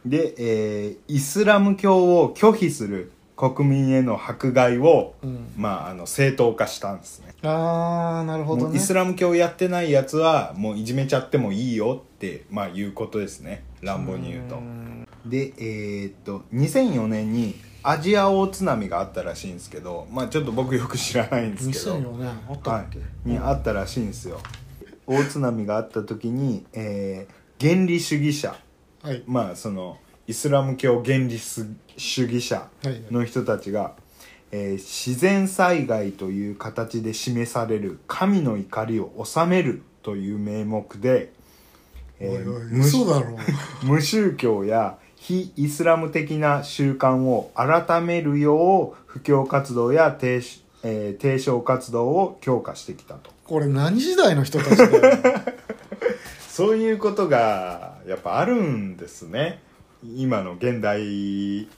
Speaker 2: で、えーイスラム教を拒否する国民への迫害を、
Speaker 1: うん、
Speaker 2: まあ、あの正当化したんですね
Speaker 1: あーなるほど
Speaker 2: もう
Speaker 1: ね
Speaker 2: イスラム教やってないやつはもういじめちゃってもいいよって、まあ、いうことですね乱暴に言うと。
Speaker 1: ん
Speaker 2: でえーっと2004年にアジア大津波があったらしいんですけど、まあ、ちょっと僕よく知らないんですけど
Speaker 1: 2004年あった
Speaker 2: は
Speaker 1: っけ、
Speaker 2: い、にあったらしいんですよ大津波があった時に、えー原理主義者
Speaker 1: はい、はい
Speaker 2: まあそのイスラム教原理主義者
Speaker 1: はい
Speaker 2: の人たちが、えー自然災害という形で示される神の怒りを収めるという名目で、えー
Speaker 1: おいおい
Speaker 2: 無
Speaker 1: 嘘だろ
Speaker 2: 無宗教や非イスラム的な習慣を改めるよう布教活動や提,、えー提唱活動を強化してきたと
Speaker 1: これ何時代の人たちだよ
Speaker 2: そういうことがやっぱあるんですね今の現代に、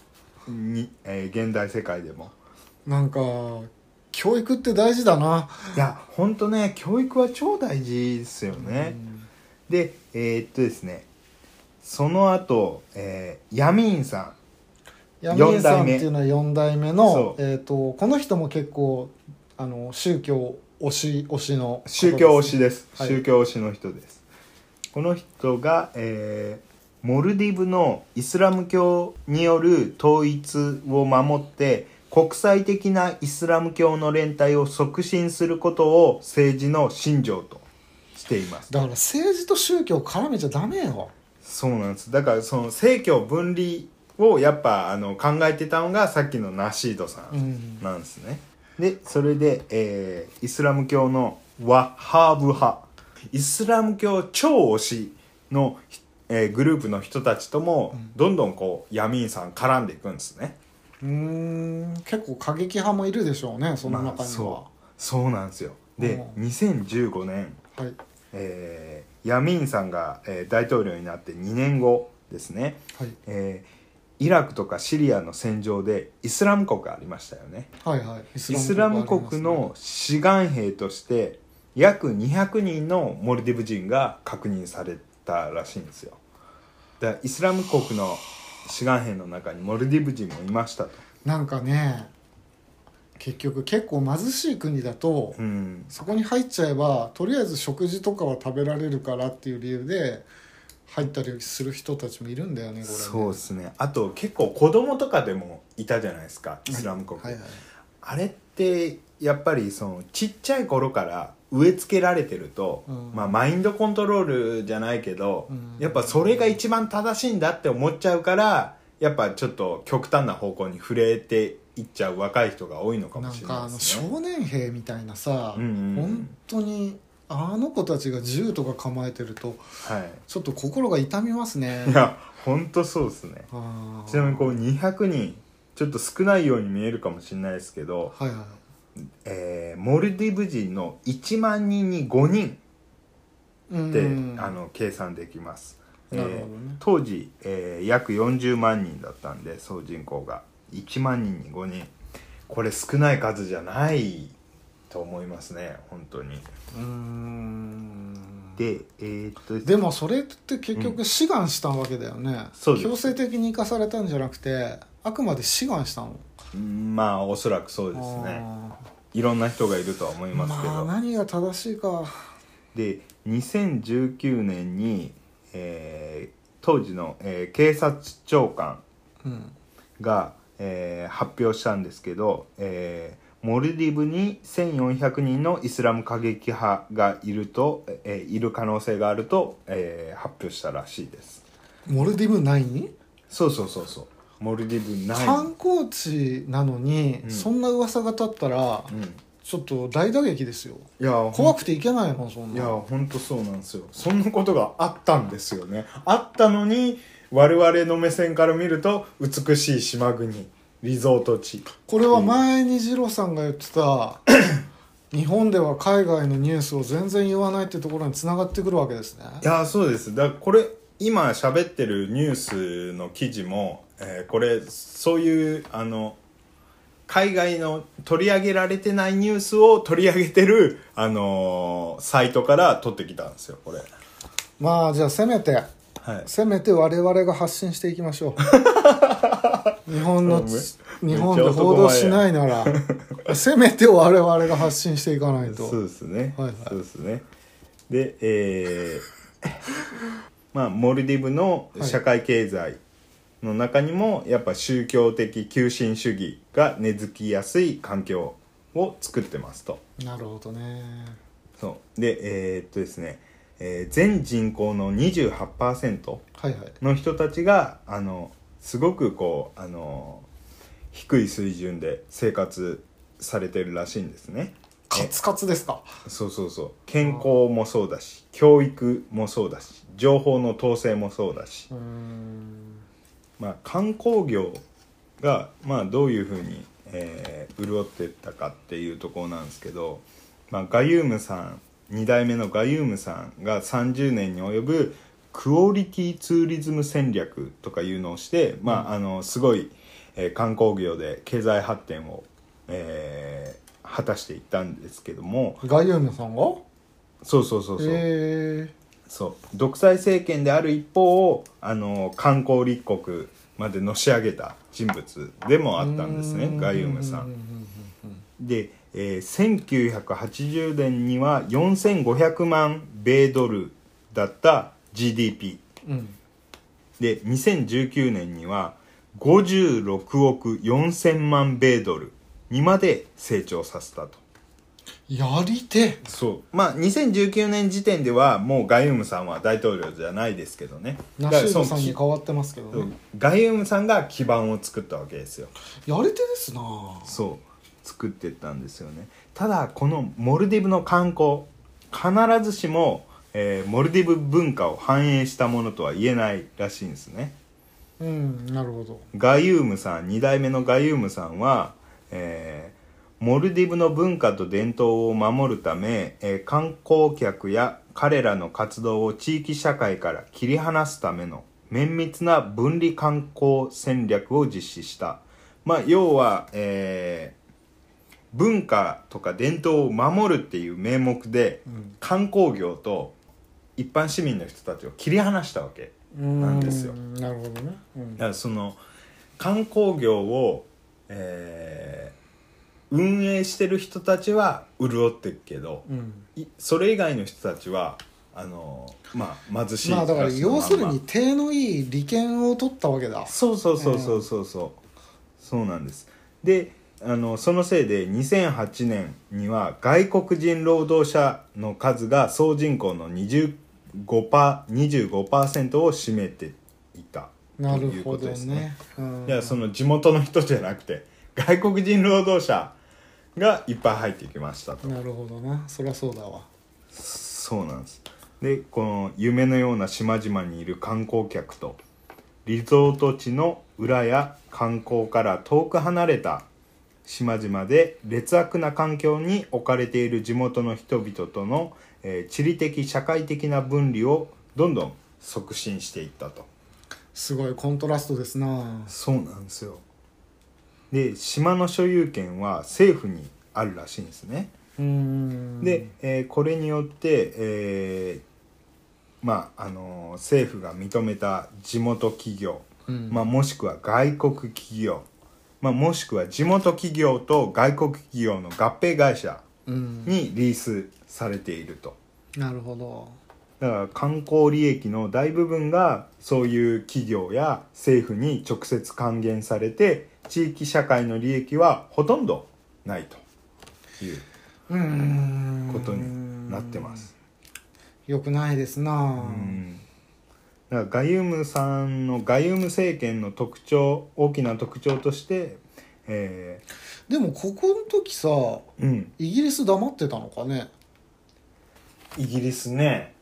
Speaker 2: えー現代世界でも
Speaker 1: なんか教育って大事だない
Speaker 2: やほんとね教育は超大事ですよね、でえーっとですねその後、えー、ヤミーンさ
Speaker 1: ヤミーさん
Speaker 2: 四代
Speaker 1: って
Speaker 2: 目
Speaker 1: いうのは4代目の
Speaker 2: そ、う
Speaker 1: えー、とこの人も結構あの宗教推し推しの
Speaker 2: ん宗教推しです、
Speaker 1: はい
Speaker 2: 宗教推しの人ですこの人が、えーモルディブのイスラム教による統一を守って国際的なイスラム教の連帯を促進することを政治の信条としています
Speaker 1: だから政治と宗教絡めちゃダメよ
Speaker 2: そうなんですだからその政教分離をやっぱあの考えてたのがさっきのナシードさ
Speaker 1: うんん
Speaker 2: なんですね、でそれで、えーイスラム教のワッハーブ派イスラム教超推しの、えーグループの人たちともどんどんこうヤミーンさん絡んでいくんですね、
Speaker 1: うーん結構過激派もいるでしょうねその
Speaker 2: ま
Speaker 1: 中
Speaker 2: あ
Speaker 1: には
Speaker 2: そ、うそうなんですよで
Speaker 1: う
Speaker 2: 2015年、
Speaker 1: はい
Speaker 2: えーヤミーンさんが、えー大統領になって2年後ですね
Speaker 1: はい
Speaker 2: えーイラクとかシリアの戦場でイスラム国ありましたよね
Speaker 1: はいはいイス
Speaker 2: イスラム国の志願兵として約200人のモルディブ人が確認されたらしいんですよだからイスラム国の志願兵の中にモルディブ人もいましたと
Speaker 1: なんかね結局結構貧しい国だと、
Speaker 2: うん
Speaker 1: そこに入っちゃえばとりあえず食事とかは食べられるからっていう理由で入ったりする人たちもいるんだよねこれね
Speaker 2: そうですねあと結構子供とかでもいたじゃないですかイスラム国、
Speaker 1: はいはい
Speaker 2: あれってやっぱりそのちっちゃい頃から植え付けられてると、
Speaker 1: うん
Speaker 2: まあ、マインドコントロールじゃないけど、
Speaker 1: うん
Speaker 2: やっぱそれが一番正しいんだって思っちゃうからやっぱちょっと極端な方向に触れていっちゃう若い人が多いのか
Speaker 1: な
Speaker 2: も
Speaker 1: ん
Speaker 2: しれ
Speaker 1: か
Speaker 2: な
Speaker 1: あ
Speaker 2: い
Speaker 1: の
Speaker 2: ですね。
Speaker 1: 少年兵みたいなさ、
Speaker 2: うんうんうん
Speaker 1: 本当にあの子たちが銃とか構えてると
Speaker 2: は
Speaker 1: ちょっと心が痛みますね
Speaker 2: い、いや本当そうですね
Speaker 1: あー
Speaker 2: ちなみにこう200人ちょっと少ないように見えるかもしれないですけど、
Speaker 1: はいはい
Speaker 2: えーモルディブ人の1万人に5人
Speaker 1: うん
Speaker 2: って、あの計算できます、えー
Speaker 1: なるほどね
Speaker 2: 当時、えー約40万人だったんで総人口が1万人に5人これ少ない数じゃないと思いますね本当に
Speaker 1: うーん
Speaker 2: でえーっと
Speaker 1: でもそれって結局志願したわけだよね、
Speaker 2: そうです
Speaker 1: 強制的に生かされたんじゃなくてあくまで志願したの
Speaker 2: うんまあおそらくそうですね
Speaker 1: あ
Speaker 2: いろんな人がいるとは思い
Speaker 1: ー
Speaker 2: ますけ
Speaker 1: まあ
Speaker 2: ど、
Speaker 1: 何が正しいか
Speaker 2: で2019年に、えー当時の、えー警察長官
Speaker 1: うん
Speaker 2: が、えー発表したんですけど、えーモルディブに1400人のイスラム過激派がいると、えーいる可能性があると、えー発表したらしいです
Speaker 1: モルディブ内に
Speaker 2: そうそうそうそうモルディブない
Speaker 1: 観光地なのに、
Speaker 2: うん
Speaker 1: そんな噂が立ったら、
Speaker 2: うん、い
Speaker 1: ちょっと大打撃ですよ
Speaker 2: や
Speaker 1: 怖
Speaker 2: く
Speaker 1: くていけないのそん
Speaker 2: い
Speaker 1: な
Speaker 2: や本当そうなんですよそんなことがあったんですよねあったのに我々の目線から見ると美しい島国リゾート地
Speaker 1: これは前に二郎さんが言って た日本では海外のニュースを全然言わないってところにつながってくるわけですね
Speaker 2: いやーそうですだからこれ今喋ってるニュースの記事も、えーこれそういうあの海外の取り上げられてないニュースを取り上げてる、あのーサイトから取ってきたんですよこれ
Speaker 1: まあじゃあせめて
Speaker 3: はい
Speaker 1: せめて我々が発信していきましょ う日本のち
Speaker 3: め
Speaker 1: 日本で報道しないな らせめて我々が発信していかないと
Speaker 2: そうですね、
Speaker 1: はいはい
Speaker 2: そうですねでえー まあモルディブの社会経済の中にもやっぱ宗教的急進主義が根付きやすい環境を作ってますと
Speaker 1: なるほどね
Speaker 2: そうでえーっとですね、えー全人口の28%
Speaker 1: はいはい
Speaker 2: の人たちがあのすごくこうあの低い水準で生活されてるらしいんですね
Speaker 1: カツカツですか
Speaker 2: そうそうそう健康もそうだし教育もそうだし情報の統制もそうだし
Speaker 1: う、ーん
Speaker 2: まあ、観光業が、まあ、どういうふうに、えー潤ってったかっていうところなんですけど、まあ、ガユームさん2代目のガユームさんが30年に及ぶクオリティツーリズム戦略とかいうのをして、まあ、あのすごい、えー観光業で経済発展を、えー果たしていったんですけども
Speaker 1: ガユームさんが
Speaker 2: そうそうそうそう。
Speaker 1: え
Speaker 2: そう独裁政権である一方をあの観光立国までのし上げた人物で
Speaker 1: ー、
Speaker 2: もあったんですねガユームさ。
Speaker 1: うんうんんうん
Speaker 2: で、えー1980年には4500万米ドルだった GDP
Speaker 1: うんうん
Speaker 2: で2019年には56億4000万米ドルにまで成長させたと。
Speaker 1: やりて
Speaker 2: そうまあ2019年時点ではもうガユームさんは大統領じゃないですけどね
Speaker 1: ナシード
Speaker 2: だか
Speaker 1: さ
Speaker 2: ら
Speaker 1: ん
Speaker 2: そ
Speaker 1: に
Speaker 2: の
Speaker 1: 変わってますけど
Speaker 2: そ
Speaker 1: ね
Speaker 2: うガユームさんが基盤を作ったわけですよ
Speaker 1: やり手ですな
Speaker 2: そう作ってったんですよねただこのモルディブの観光必ずしも、えーモルディブ文化を反映したものとは言えないらしいんですね
Speaker 1: うんなるほど
Speaker 2: ガユームさん2代目のガユームさんは、えーモルディブの文化と伝統を守るため、えー観光客や彼らの活動を地域社会から切り離すための綿密な分離観光戦略を実施した、まあ、要は、えー文化とか伝統を守るっていう名目で、
Speaker 1: うん
Speaker 2: 観光業と一般市民の人たちを切り離したわけ。なんですよ
Speaker 1: うーんなるほどね、うん
Speaker 2: だからその観光業を、えー運営してる人たちは潤ってるけど、
Speaker 1: うん
Speaker 2: いそれ以外の人たちはあのまあ貧しい
Speaker 1: まあだから
Speaker 2: 暮しのま
Speaker 1: 要
Speaker 2: んます
Speaker 1: るに手のいい利権を取ったわけだ
Speaker 2: そうそうそうそうそうそう、そうなんですであのそのせいで2008年には外国人労働者の数が総人口の 25%, 25を占めていた
Speaker 1: な
Speaker 2: とい
Speaker 1: る
Speaker 2: う
Speaker 1: ほ
Speaker 2: こと
Speaker 1: ど
Speaker 2: です
Speaker 1: ねうん
Speaker 2: いやその地元の人じゃなくて外国人労働者がいっぱい入ってきましたと
Speaker 1: なるほどなそりゃそうだわ
Speaker 2: そうなんですでこの夢のような島々にいる観光客とリゾート地の裏や観光から遠く離れた島々で劣悪な環境に置かれている地元の人々との、えー地理的社会的な分離をどんどん促進していったと
Speaker 1: すごいコントラストですな
Speaker 2: そうなんですよで島の所有権は政府にあるらしいんですね、
Speaker 1: うーん
Speaker 2: で、えーこれによって、えーまああのー政府が認めた地元企業、
Speaker 1: うん
Speaker 2: まあ、もしくは外国企業、まあ、もしくは地元企業と外国企業の合併会社
Speaker 1: うん
Speaker 2: にリースされていると
Speaker 1: なるほど
Speaker 2: だから観光利益の大部分がそういう企業や政府に直接還元されて地域社会の利益はほとんどないという
Speaker 1: うーん
Speaker 2: ことになってます。
Speaker 1: よくないですな
Speaker 2: うんだからガユームさんのガユーム政権の特徴大きな特徴として、え
Speaker 1: でもここの時さ
Speaker 2: ーうん、
Speaker 1: イギリス黙ってたのかね
Speaker 2: イギリスね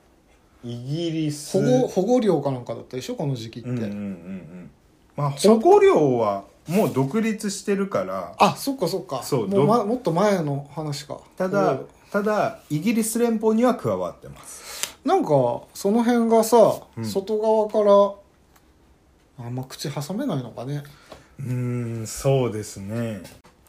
Speaker 2: イギリス
Speaker 1: 保護保護料かなんかだったでしょこの時期って、
Speaker 2: うんうんうんうんまあ保護料はもう独立してるから
Speaker 1: あそっかそっか
Speaker 2: そう
Speaker 1: もう、
Speaker 2: ど
Speaker 1: ま、もっと前の話か保
Speaker 2: た
Speaker 1: 護
Speaker 2: だ
Speaker 1: 料
Speaker 2: ただイギリス連邦には加わってます
Speaker 1: なんかその辺がさ、
Speaker 2: うん
Speaker 1: 外側からあんま口挟めないのかね
Speaker 2: うーんそうですね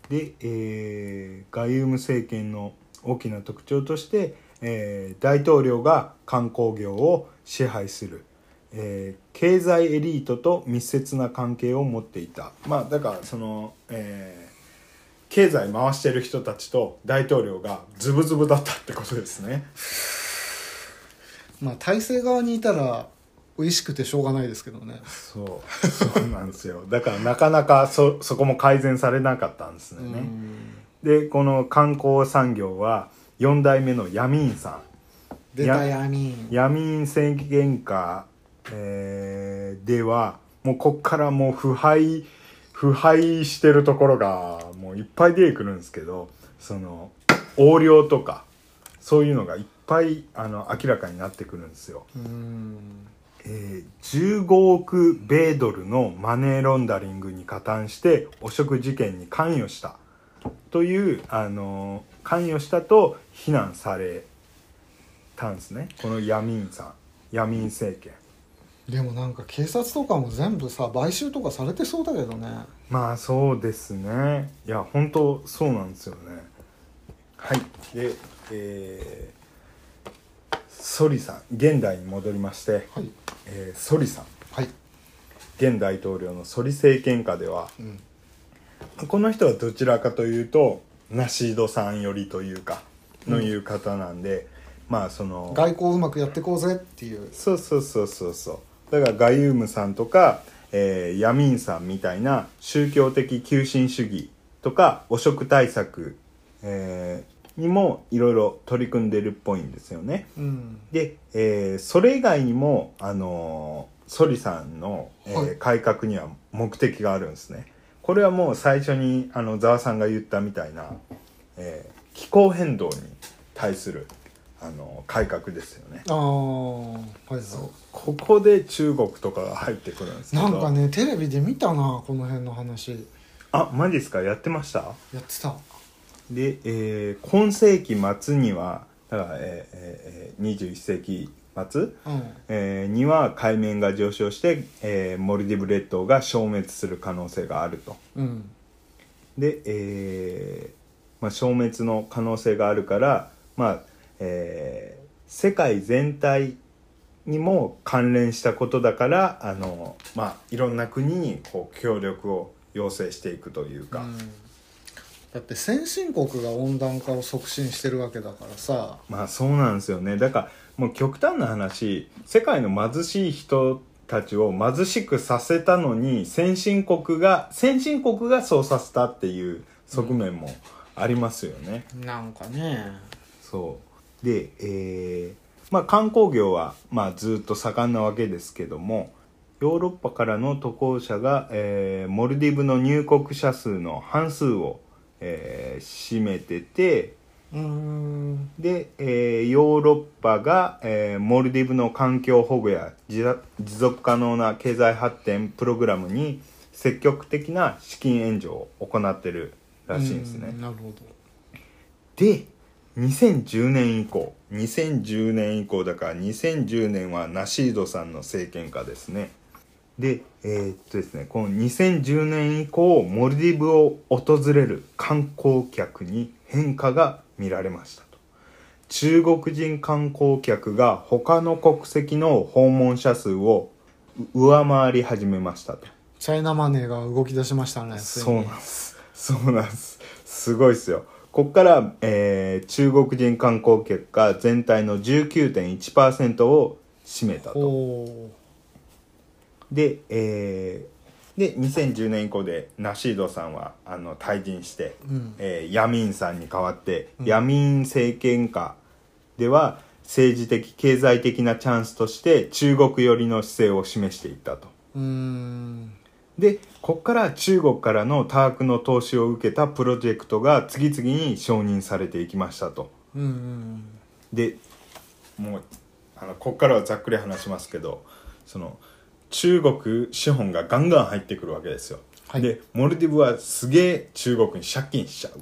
Speaker 2: で、えーガユーム政権の大きな特徴として、えー大統領が観光業を支配する、えー経済エリートと密接な関係を持っていたまあだからその、えー経済回してる人たちと大統領がズブズブだったってことですね
Speaker 1: まあ体制側にいたら美味しくてしょうがないですけどね
Speaker 2: そうそうなんですよだからなかなかそそこも改善されなかったんですよね、
Speaker 1: うん
Speaker 2: でこの観光産業は4代目の闇院さ
Speaker 1: 出た闇
Speaker 2: ん闇院宣言下、えーではもうこっからもう腐敗腐敗してるところがもういっぱい出てくるんですけどその横領とかそういうのがいっぱいあの明らかになってくるんですよ。
Speaker 1: うん
Speaker 2: えー15億米ドルのマネーロンダリングに加担して汚職事件に関与したという、あのー関与したと非難されたんですねこのヤミーンさんヤミーン政権
Speaker 1: でもなんか警察とかも全部さ買収とかされてそうだけどね
Speaker 2: まあそうですねいや本当そうなんですよねはいでえーソリさん現代に戻りまして、
Speaker 1: はい
Speaker 2: えーソリさん
Speaker 1: はい
Speaker 2: 現大統領のソリ政権下では
Speaker 1: うん
Speaker 2: この人はどちらかというとナシードさん寄りというかのいう方なんで、まあその
Speaker 1: 外交うまくやってこうぜっていう
Speaker 2: そうそうそうそうそうだからガユームさんとか、えーヤミーンさんみたいな宗教的急進主義とか汚職対策、えーにもいろいろ取り組んでるっぽいんですよね。
Speaker 1: うん
Speaker 2: で、えーそれ以外にも、あのーソリさんの、えー
Speaker 1: はい
Speaker 2: 改革には目的があるんですね。これはもう最初にあのざわさんが言ったみたいな、えー気候変動に対する、あの改革ですよね。
Speaker 1: ああはいそ
Speaker 2: ここで中国とかが入ってくるんです
Speaker 1: う
Speaker 2: けど
Speaker 1: なんかねテレビで見たなこの辺の話
Speaker 2: あマジですかやってました
Speaker 1: やってた
Speaker 2: で、えー今世紀末にはだから、えーえーえー21世紀末
Speaker 1: うん
Speaker 2: えーには海面が上昇して、えーモルディブ列島が消滅する可能性があると
Speaker 1: うん
Speaker 2: で、えーまあ、消滅の可能性があるから、まあえー世界全体にも関連したことだからあの、まあ、いろんな国にこう協力を要請していくというか、
Speaker 1: うんだって先進国が温暖化を促進してるわけだからさ
Speaker 2: まあそうなんですよねだからもう極端な話世界の貧しい人たちを貧しくさせたのに先進国が先進国がそうさせたっていう側面もありますよね。
Speaker 1: なんかね
Speaker 2: そうで、えーまあ、観光業は、まあ、ずっと盛んなわけですけどもヨーロッパからの渡航者が、えーモルディブの入国者数の半数を、えー占めてて
Speaker 1: うーん
Speaker 2: で、えーヨーロッパが、えーモルディブの環境保護や持続持続可能な経済発展プログラムに積極的な資金援助を行ってるらしいんですね
Speaker 1: う。なるほど
Speaker 2: で2010年以降2010年以降だから2010年はナシードさんの政権下ですねでえーっとですねこの2010年以降モルディブを訪れる観光客に変化が見られましたと中国人観光客が他の国籍の訪問者数を上回り始めましたと
Speaker 1: チャイナマネーが動き出しましたねついに
Speaker 2: そうなんです。そうなんです。すごいですよ。こっから、えー中国人観光客が全体の19.1%を占めたと。
Speaker 1: ほ
Speaker 2: で、えーで、2010年以降でナシードさんは、あの、退陣して、
Speaker 1: ううん
Speaker 2: えーヤミーンさんに代わって、
Speaker 1: うん
Speaker 2: ヤミーン政権下では、政治的、経済的なチャンスとして、中国寄りの姿勢を示していったと。
Speaker 1: うーん
Speaker 2: でこっから中国からの多額の投資を受けたプロジェクトが次々に承認されていきましたと
Speaker 1: うんうん
Speaker 2: でもうあのこっからはざっくり話しますけどその中国資本がガンガン入ってくるわけですよ、
Speaker 1: はい
Speaker 2: でモルディブはすげえ中国に借金しちゃう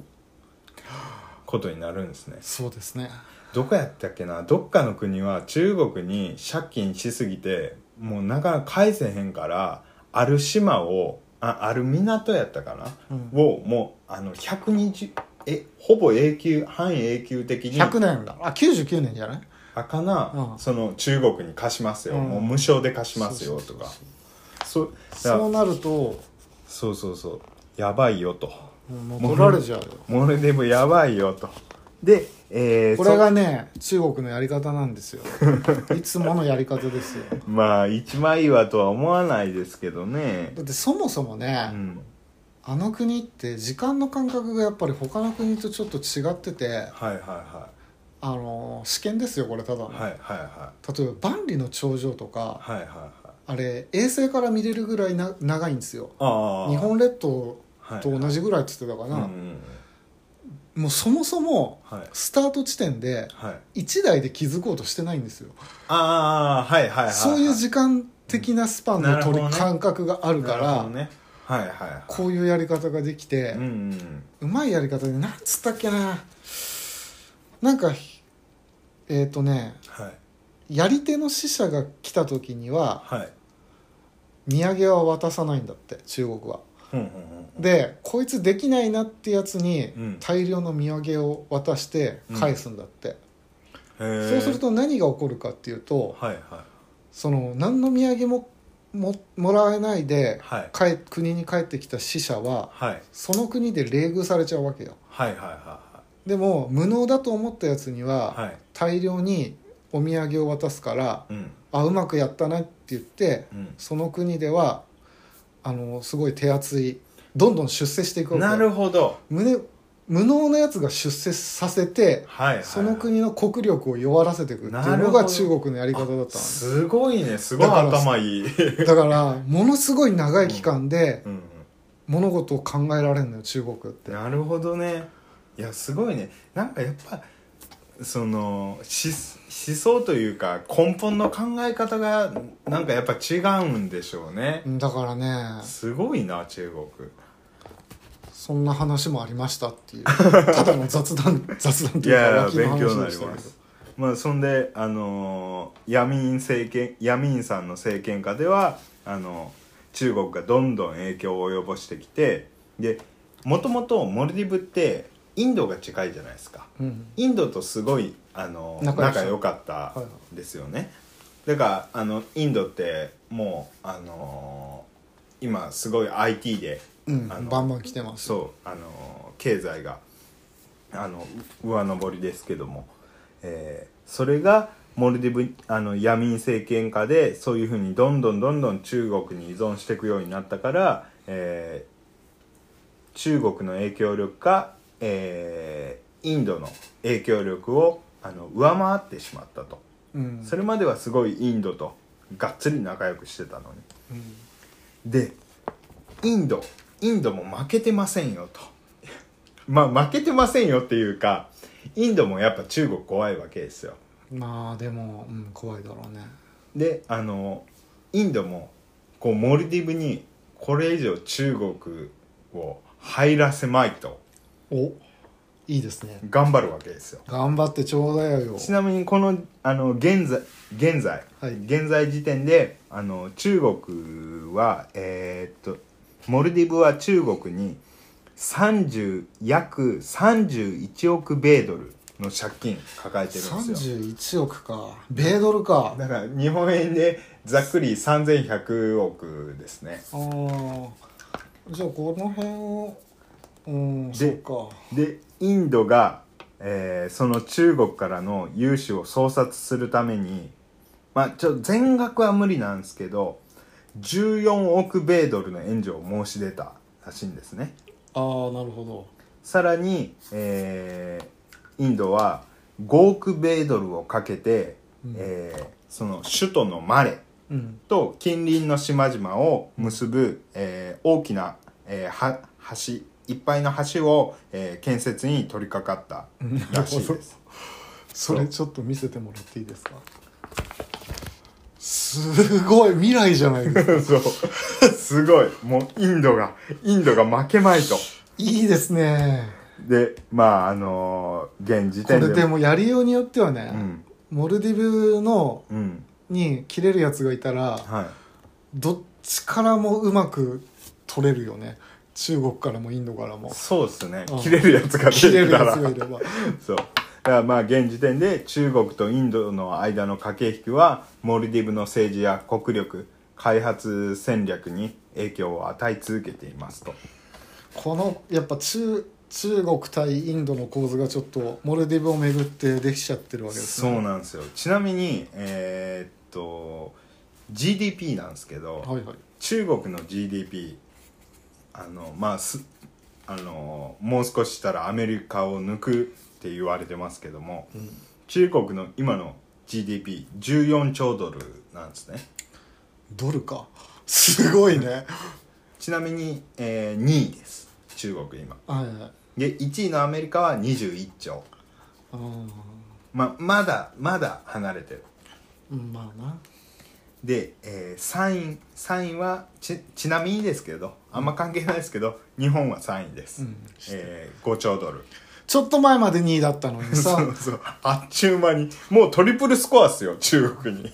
Speaker 2: ことになるんですね
Speaker 1: そうですね
Speaker 2: どこやったっけなどっかの国は中国に借金しすぎてもうなかなか返せへんからある島をあある港やったかな、
Speaker 1: うん
Speaker 2: をもうあの120えほぼ永久半永久的に
Speaker 1: 100年あ99年じゃない
Speaker 2: 儚
Speaker 1: うん
Speaker 2: その中国に貸しますよ、
Speaker 1: うん
Speaker 2: もう無償で貸しますよとかそうだ
Speaker 1: そうなると
Speaker 2: そうそうそうやばいよと
Speaker 1: もう取られちゃうよ
Speaker 2: モルディブやばいよと
Speaker 4: で、えー
Speaker 1: これがね中国のやり方なんですよ いつものやり方ですよ
Speaker 4: そまあ一枚岩とは思わないですけどね
Speaker 1: だってそもそもね、
Speaker 4: うん
Speaker 1: あの国って時間の感覚がやっぱり他の国とちょっと違ってて
Speaker 2: はいはいは
Speaker 1: あの試験ですよこれただの、
Speaker 2: いはいはいは
Speaker 1: 例えば万里の長城とか
Speaker 2: いはいはいはい
Speaker 1: あれ衛星から見れるぐらいな長いんですよ
Speaker 2: ああ
Speaker 1: 日本列島
Speaker 2: はい
Speaker 1: と同じぐらいって言ってたかな、
Speaker 2: うんうん
Speaker 1: もうそもそも
Speaker 2: はい
Speaker 1: スタート地点で
Speaker 2: はい
Speaker 1: 1台で築こうとしてないんですよ、
Speaker 2: ああはいはいはいはい
Speaker 1: そういう時間的なスパンの取り、
Speaker 2: なるほどね
Speaker 1: 感覚があるか
Speaker 2: なる
Speaker 1: ら
Speaker 2: ほどねはいはいは
Speaker 1: こういうやり方ができて
Speaker 2: い、うんうん
Speaker 1: うまいやり方でなんつったっけななんかえっ、とね
Speaker 2: はい
Speaker 1: やり手の使者が来た時には
Speaker 2: はい
Speaker 1: 土産は渡さないんだって中国は
Speaker 2: うんうんうん
Speaker 1: でこいつできないなってやつに
Speaker 2: うん
Speaker 1: 大量の土産を渡して返すんだって、
Speaker 2: へー
Speaker 1: そうすると何が起こるかっていうと
Speaker 2: はいは
Speaker 1: その何の土産もももらえないで
Speaker 2: いはい
Speaker 1: 帰国に帰ってきた死者は
Speaker 2: はい
Speaker 1: その国で冷遇されちゃうわけよ
Speaker 2: はいはいは
Speaker 1: でも無能だと思ったやつにはい
Speaker 2: はい
Speaker 1: 大量にお土産を渡すから
Speaker 2: うん
Speaker 1: あうまくやったなって言って
Speaker 2: うん
Speaker 1: その国ではあのすごい手厚いどんどん出世していくわけ
Speaker 2: なるほど
Speaker 1: 胸無能なやつが出世させて
Speaker 2: はいはい
Speaker 1: その国の国力を弱らせていくっていう
Speaker 2: なる
Speaker 1: の
Speaker 2: ほど
Speaker 1: が中国のやり方だったのね
Speaker 2: すごいねすごい
Speaker 1: だから
Speaker 2: 頭いい
Speaker 1: だからものすごい長い期間で
Speaker 2: うん
Speaker 1: 物事を考えられるのよ中国って
Speaker 2: なるほどねいやすごいねなんかやっぱそのし思想というか根本の考え方がなんかやっぱ違うんでしょうね
Speaker 1: だからね
Speaker 2: すごいな中国
Speaker 1: そんな話もありましたって いうただの雑談雑談と
Speaker 2: い
Speaker 1: いうか
Speaker 2: や
Speaker 1: 脇
Speaker 2: ー
Speaker 1: の
Speaker 2: 勉強に
Speaker 1: 話
Speaker 2: な
Speaker 1: で
Speaker 2: り
Speaker 1: したけど
Speaker 2: ますまあそんであのーヤミーン政権ヤミーンさんの政権下ではあの中国がどんどん影響を及ぼしてきてでもともとモルディブってインドが近いじゃないですか
Speaker 1: うん
Speaker 2: インドとすごいあの
Speaker 1: 仲良し
Speaker 2: 仲良かったんですよね、だからあのインドってもうあのー今すごい IT で
Speaker 1: うん
Speaker 2: あの
Speaker 1: バンバン来てます
Speaker 2: そうあの経済があのう上上りですけども、えーそれがモルディブあの闇政権下でそういうふうにどんどんどんどん中国に依存していくようになったから、えー中国の影響力が、えーインドの影響力をあの上回ってしまったと、
Speaker 1: うん
Speaker 2: それまではすごいインドとがっつり仲良くしてたの
Speaker 1: う
Speaker 2: に
Speaker 1: ん
Speaker 2: でインドインドも負けてませんよと まあ負けてませんよっていうかインドもやっぱ中国怖いわけですよ
Speaker 1: まあでも、うん、怖いだろうね
Speaker 2: であのインドもこうモルディブにこれ以上中国を入らせまいと
Speaker 1: おいいですね
Speaker 2: 頑張るわけですよ
Speaker 1: 頑張ってちょうだいよ
Speaker 2: ちなみにこのあの現在現在、
Speaker 1: はい
Speaker 2: 現在時点であの中国はえーっとモルディブは中国に30約31億米ドルの借金抱えてるんですよ
Speaker 1: 31億か米ドルか
Speaker 2: だから日本円でざっくり3100億ですね
Speaker 1: あーじゃあこの辺をうんそ
Speaker 2: で
Speaker 1: うか
Speaker 2: でインドが、えーその中国からの融資を創殺するためにまあちょっと全額は無理なんですけど14億米ドルの援助を申し出たらしいんですね
Speaker 1: ああなるほど
Speaker 2: さらに、えーインドは5億米ドルをかけて、
Speaker 1: うん
Speaker 2: えーその首都のマレ
Speaker 1: うん
Speaker 2: と近隣の島々を結ぶ、えー大きな、えーは橋いっぱいの橋を、えー建設に取り掛かったらしい
Speaker 1: なるほ
Speaker 2: で
Speaker 1: ど
Speaker 2: す。
Speaker 1: それちょっと見せてもらっていいですかすごい未来じゃ ないですか
Speaker 2: そう すごいもうインドがインドが負けまいと。
Speaker 1: いいですね
Speaker 2: でまああのー現時
Speaker 1: こ
Speaker 2: 点で
Speaker 1: れでもやりようによってはね、
Speaker 2: うん
Speaker 1: モルディブの
Speaker 2: うん
Speaker 1: に切れるやつがいたら
Speaker 2: はい
Speaker 1: どっちからもうまく取れるよね中国からもインドからも
Speaker 2: そうですね
Speaker 1: うん
Speaker 2: 切れるやつが
Speaker 1: 切れ
Speaker 2: 出
Speaker 1: る
Speaker 2: てた
Speaker 1: や
Speaker 2: ら
Speaker 1: つがいれば
Speaker 2: そうからまあ現時点で中国とインドの間の駆け引きはモルディブの政治や国力開発戦略に影響を与え続けていますと
Speaker 1: このやっぱ中中国対インドの構図がちょっとモルディブを巡ってできちゃってるわけです
Speaker 2: そうなんですよちなみにえーっと GDP なんですけど、
Speaker 1: はいはい
Speaker 2: 中国の GDP あのまあすあのもう少ししたらアメリカを抜くって言われてますけども、中国の今の GDP14 兆ドルなんですね
Speaker 1: ドルかすごいね
Speaker 2: ちなみに、えー2位です中国今
Speaker 1: はいはい
Speaker 2: で1位のアメリカは21兆
Speaker 1: あー
Speaker 2: ままだまだ離れてる
Speaker 1: うんまあな
Speaker 2: で、えー、3位3位はちちなみにですけどあんま関係ないですけど日本は3位です、
Speaker 1: うん
Speaker 2: えー5兆ドル
Speaker 1: ちょっと前まで2位だったのにさ
Speaker 2: そうそうあっちゅう間にもうトリプルスコアっすよ中国に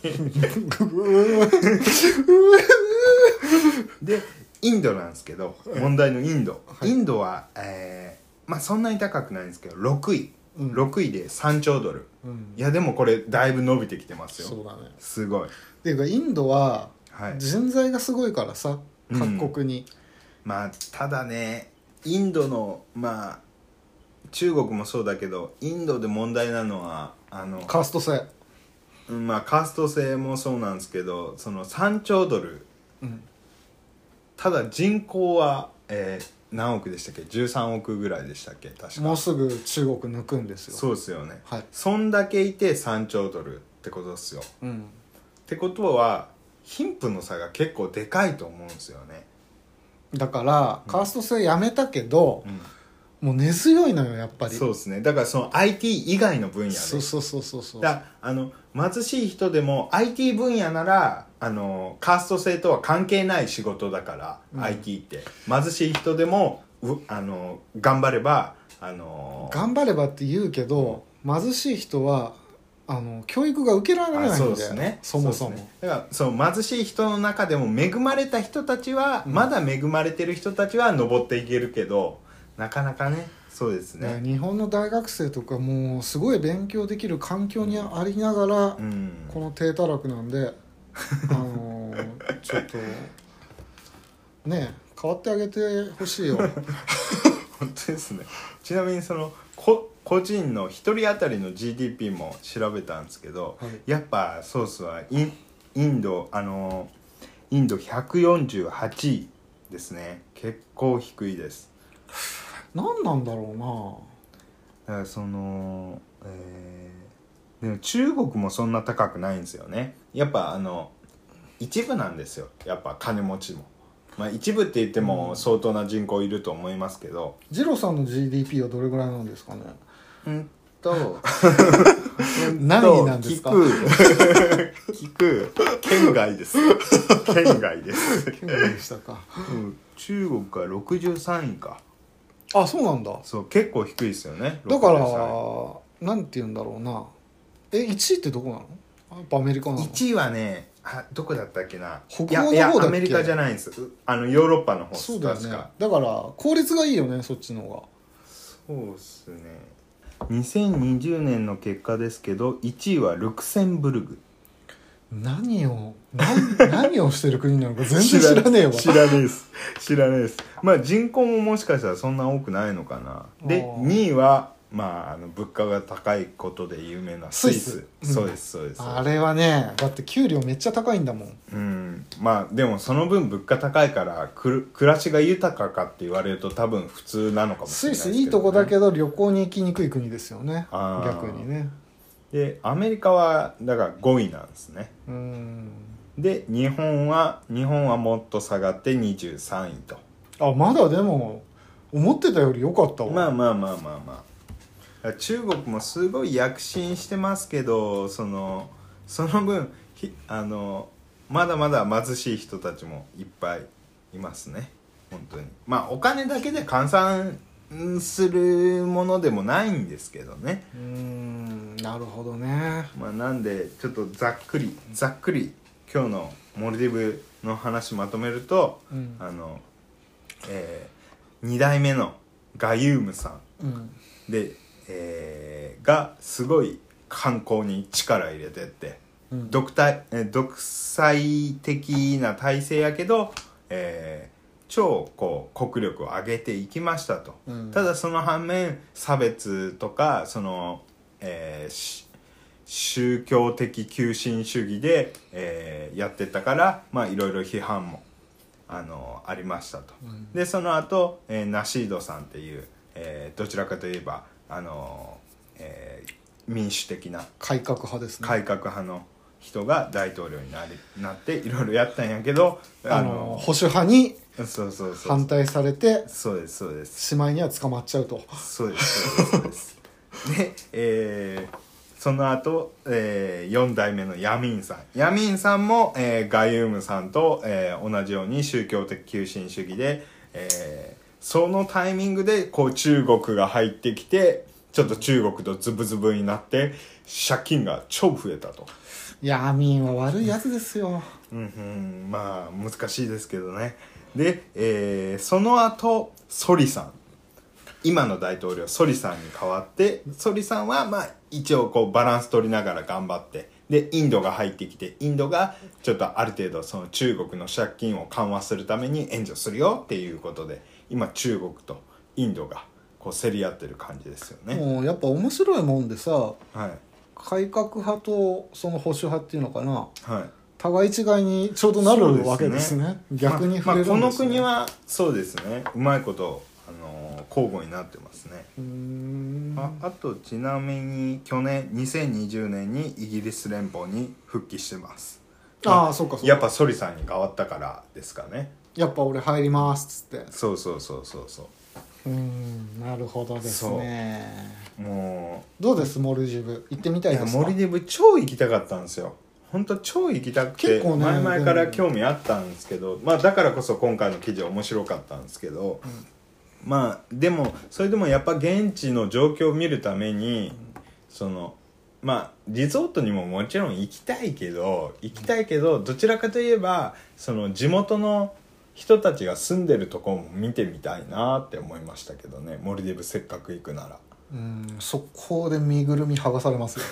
Speaker 2: でインドなんですけど問題のインド、インドは、えーまあそんなに高くないんですけど6位、
Speaker 1: うん
Speaker 2: 6位で3兆ドル
Speaker 1: うん
Speaker 2: いやでもこれだいぶ伸びてきてます
Speaker 1: そう
Speaker 2: よ
Speaker 1: だね
Speaker 2: すごい
Speaker 1: っていうかインドは
Speaker 2: はい
Speaker 1: 人材がすごいからさ
Speaker 2: うん
Speaker 1: 各国に、
Speaker 2: まあただねインドのまあ中国もそうだけどインドで問題なのはあの
Speaker 1: カースト制
Speaker 2: うんまあカースト制もそうなんですけどその3兆ドル
Speaker 1: うん
Speaker 2: ただ人口は、えー何億でしたっけ13億ぐらいでしたっけ確
Speaker 1: もう
Speaker 2: か
Speaker 1: すぐ中国抜くんですよ
Speaker 2: そうですよね
Speaker 1: はい
Speaker 2: そんだけいて3兆ドルってことですよっ
Speaker 1: うん
Speaker 2: てことは貧富の差が結構でかいと思うんですよね、
Speaker 1: だからカースト制やめたけど
Speaker 2: う、ん
Speaker 1: もう根強いのよやっぱり
Speaker 2: そうですねだからその IT 以外の分野で
Speaker 1: そうそうそうそうそう
Speaker 2: だあの貧しい人でも IT 分野ならあのカースト制とは関係ない仕事だから、
Speaker 1: うん
Speaker 2: IT って貧しい人でもうあの頑張ればあの
Speaker 1: 頑張ればって言うけど貧しい人はあの教育が受けられないん
Speaker 2: あ
Speaker 1: で
Speaker 2: そうですね
Speaker 1: そもそも
Speaker 2: うですねだからその貧しい人の中でも恵まれた人たちは、
Speaker 1: うん
Speaker 2: まだ恵まれてる人たちは登っていけるけどなかなかねそうです
Speaker 1: だから
Speaker 2: ね
Speaker 1: 日本の大学生とかもうすごい勉強できる環境にありながら、
Speaker 2: うん
Speaker 1: この低たらくなんであのーちょっとねえ変わってあげてほし いよ
Speaker 2: 本当ですねちなみにそのこ個人の1人当たりの GDP も調べたんですけど、
Speaker 1: はい
Speaker 2: やっぱソースはインインドあのインド148位ですね結構低いです
Speaker 1: 何なんだろ
Speaker 2: だからそのえーでも中国もそんな高くないんですよねやっぱあの一部なんですよやっぱ金持ちもまあ一部って言っても相当な人口いると思いますけど、
Speaker 1: うな二郎さんの GDP はどれぐらいなんです かね
Speaker 2: うんと
Speaker 1: 何位なんですか
Speaker 2: 聞く 聞く県外です県外です、
Speaker 1: 県外でしたか
Speaker 2: うん中国が63位か
Speaker 1: あそうなんだ
Speaker 2: そう結構低いですよね
Speaker 1: だから
Speaker 2: 63
Speaker 1: なんて言うんだろうなえ1位ってどこなのやっぱアメリカなの
Speaker 2: 1位はねあどこだったっけな
Speaker 1: 北欧
Speaker 2: いや
Speaker 1: の方
Speaker 2: いや
Speaker 1: だっけ
Speaker 2: アメリカじゃないんですうあのヨーロッパの方です
Speaker 1: そうだよね
Speaker 2: 確か
Speaker 1: だから効率がいいよねそっちの方
Speaker 2: そうっすね2020年の結果ですけど1位はルクセンブルグ
Speaker 1: が何を何 何をしてる国なのか全然知らねえわ
Speaker 2: 知らねえです知らねえですまあ人口ももしかしたらそんな多くないのかなで
Speaker 1: あー
Speaker 2: 2位はまああの物価が高いことで有名なスイス
Speaker 1: スイス
Speaker 2: そうですそうです
Speaker 1: あれはねだって給料めっちゃ高いんだもん
Speaker 2: うんまあでもその分物価高いからくる暮らしが豊かかって言われると多分普通なのかもし
Speaker 1: スイ
Speaker 2: れないです
Speaker 1: ス
Speaker 2: けど、ね、
Speaker 1: いいとこだけど旅行に行きにくい国ですよね
Speaker 2: あー
Speaker 1: 逆にね
Speaker 2: でアメリカはだから5位なんですね
Speaker 1: うん
Speaker 2: で日本は日本はもっと下がって23位と
Speaker 1: あまだでも思ってたより良かったわ、
Speaker 2: まあまあまあまあまあ中国もすごい躍進してますけどそのその分ひあのまだまだ貧しい人たちもいっぱいいますね本当にまあお金だけで換算うんするものでもないんですけどね
Speaker 1: うーんなるほどね
Speaker 2: まあなんでちょっとざっくりざっくり今日のモルディブの話まとめると
Speaker 1: うん、
Speaker 2: あのえ2代目のガユームさん
Speaker 1: うん、
Speaker 2: で、えーがすごい観光に力入れてって
Speaker 1: うん
Speaker 2: 独体えー独裁的な体制やけど、えー超こう国力を上げていきましたと、
Speaker 1: うん
Speaker 2: ただその反面差別とかその、えーし宗教的急進主義で、えーやってたからまあいろいろ批判もあのありましたと、
Speaker 1: うん
Speaker 2: でその後、えーナシードさんっていう、えーどちらかといえばあの、えー民主的な
Speaker 1: 改革派ですね
Speaker 2: 改革派の人が大統領になりなっていろいろやったんやけど
Speaker 1: あ
Speaker 2: あ
Speaker 1: の
Speaker 2: の
Speaker 1: 保守派に
Speaker 2: そうそうそう
Speaker 1: 反対されて
Speaker 2: そうですそうです
Speaker 1: しまいには捕まっちゃうと
Speaker 2: そうですそうですそうですで、えーその後、え4代目のヤミーンさんヤミーンさんも、えーガユームさんと、えー同じように宗教的急進主義で、えーそのタイミングでこう中国が入ってきてちょっと中国とズブズブになって借金が超増えたと。
Speaker 1: いやーミンは悪いやつですよ
Speaker 2: うんうん、まあ難しいですけどねで、えーその後ソリさん今の大統領ソリさんに代わってソリさんはまあ一応こうバランス取りながら頑張ってでインドが入ってきてインドがちょっとある程度その中国の借金を緩和するために援助するよっていうことで今中国とインドがこう競り合ってる感じですよね。
Speaker 1: もうやっぱ面白いもんでさ
Speaker 2: はい
Speaker 1: 改革派とその保守派っていうのかな
Speaker 2: はい
Speaker 1: 互い違いにちょうどなるわけですね逆に触れるん
Speaker 2: まあまあ、
Speaker 1: で
Speaker 2: こ
Speaker 1: す、
Speaker 2: の
Speaker 1: ね
Speaker 2: 国はそうですねうまいこと、あのー交互になってますね、
Speaker 1: うーん
Speaker 2: ああとちなみに去年2020年にイギリス連邦に復帰してます
Speaker 1: ああそうかそうか
Speaker 2: やっぱソリさんに変わったからですかね
Speaker 1: やっぱ俺入りますっつって
Speaker 2: そうそうそうそうそう
Speaker 1: ーんなるほどですね
Speaker 2: うも
Speaker 1: どうですモルジブ行ってみ
Speaker 2: う
Speaker 1: た
Speaker 2: い
Speaker 1: い
Speaker 2: や
Speaker 1: です
Speaker 2: モ
Speaker 1: か
Speaker 2: ルディブ超行きたかったんですよ本当超行きたくて、
Speaker 1: 結構ね
Speaker 2: 前々から興味あったんですけど、まあ、だからこそ今回の記事面白かったんですけど、まあでもそれでもやっぱ現地の状況を見るために、そのまあリゾートにももちろん行きたいけど行きたいけどどちらかといえばその地元の人たちが住んでるとこも見てみたいなって思いましたけどねモルディブせっかく行くなら
Speaker 1: うーん速攻で身ぐるみ剥がされ ますよ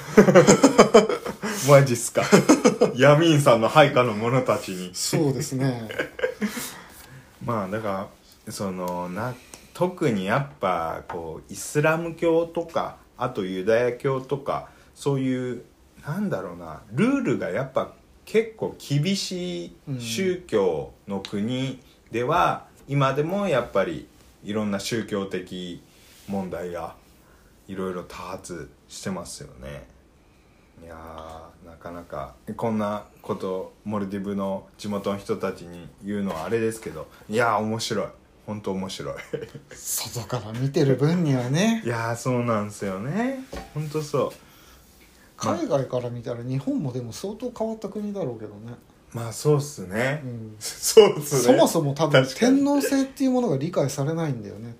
Speaker 2: マジっすか ヤミーンさんの配下の者たちに
Speaker 1: そうですね
Speaker 2: まあだからそのな特にやっぱこうイスラム教とかあとユダヤ教とかそういうなんだろうなルールがやっぱ結構厳しい
Speaker 1: うん
Speaker 2: 宗教の国では、今でもやっぱりいろんな宗教的問題がいろいろ多発してますよね。いやーなかなかこんなことモルディブの地元の人たちに言うのはあれですけどいやー面白い本当面白い
Speaker 1: 外から見てる分にはね
Speaker 2: いやーそうなんですよね本当そ
Speaker 1: 海外から見たら日本もでも相当変わった国だろうけどね、
Speaker 2: うまあそうっすね、
Speaker 1: うん、
Speaker 2: そうっすね
Speaker 1: そもそも多分
Speaker 2: 確かに
Speaker 1: 天皇制っていうものが理解されないんだよね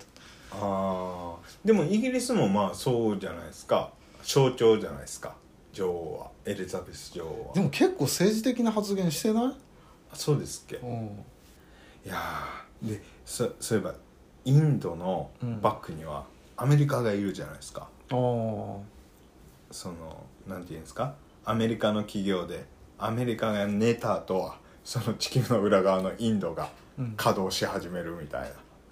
Speaker 2: ああでもイギリスもまあそうじゃないですか象徴じゃないですか女王はエリザベス女王
Speaker 1: で
Speaker 2: は
Speaker 1: も結構政治的な発言してない、
Speaker 2: あそうですっけ
Speaker 1: うん、
Speaker 2: いやーでそそういえばインドのバックにはアメリカがいるじゃないですか、
Speaker 1: あ
Speaker 2: そのなんていうんですかアメリカの企業でアメリカが寝た後はその地球の裏側のインドが
Speaker 1: うん
Speaker 2: 稼働し始めるみたい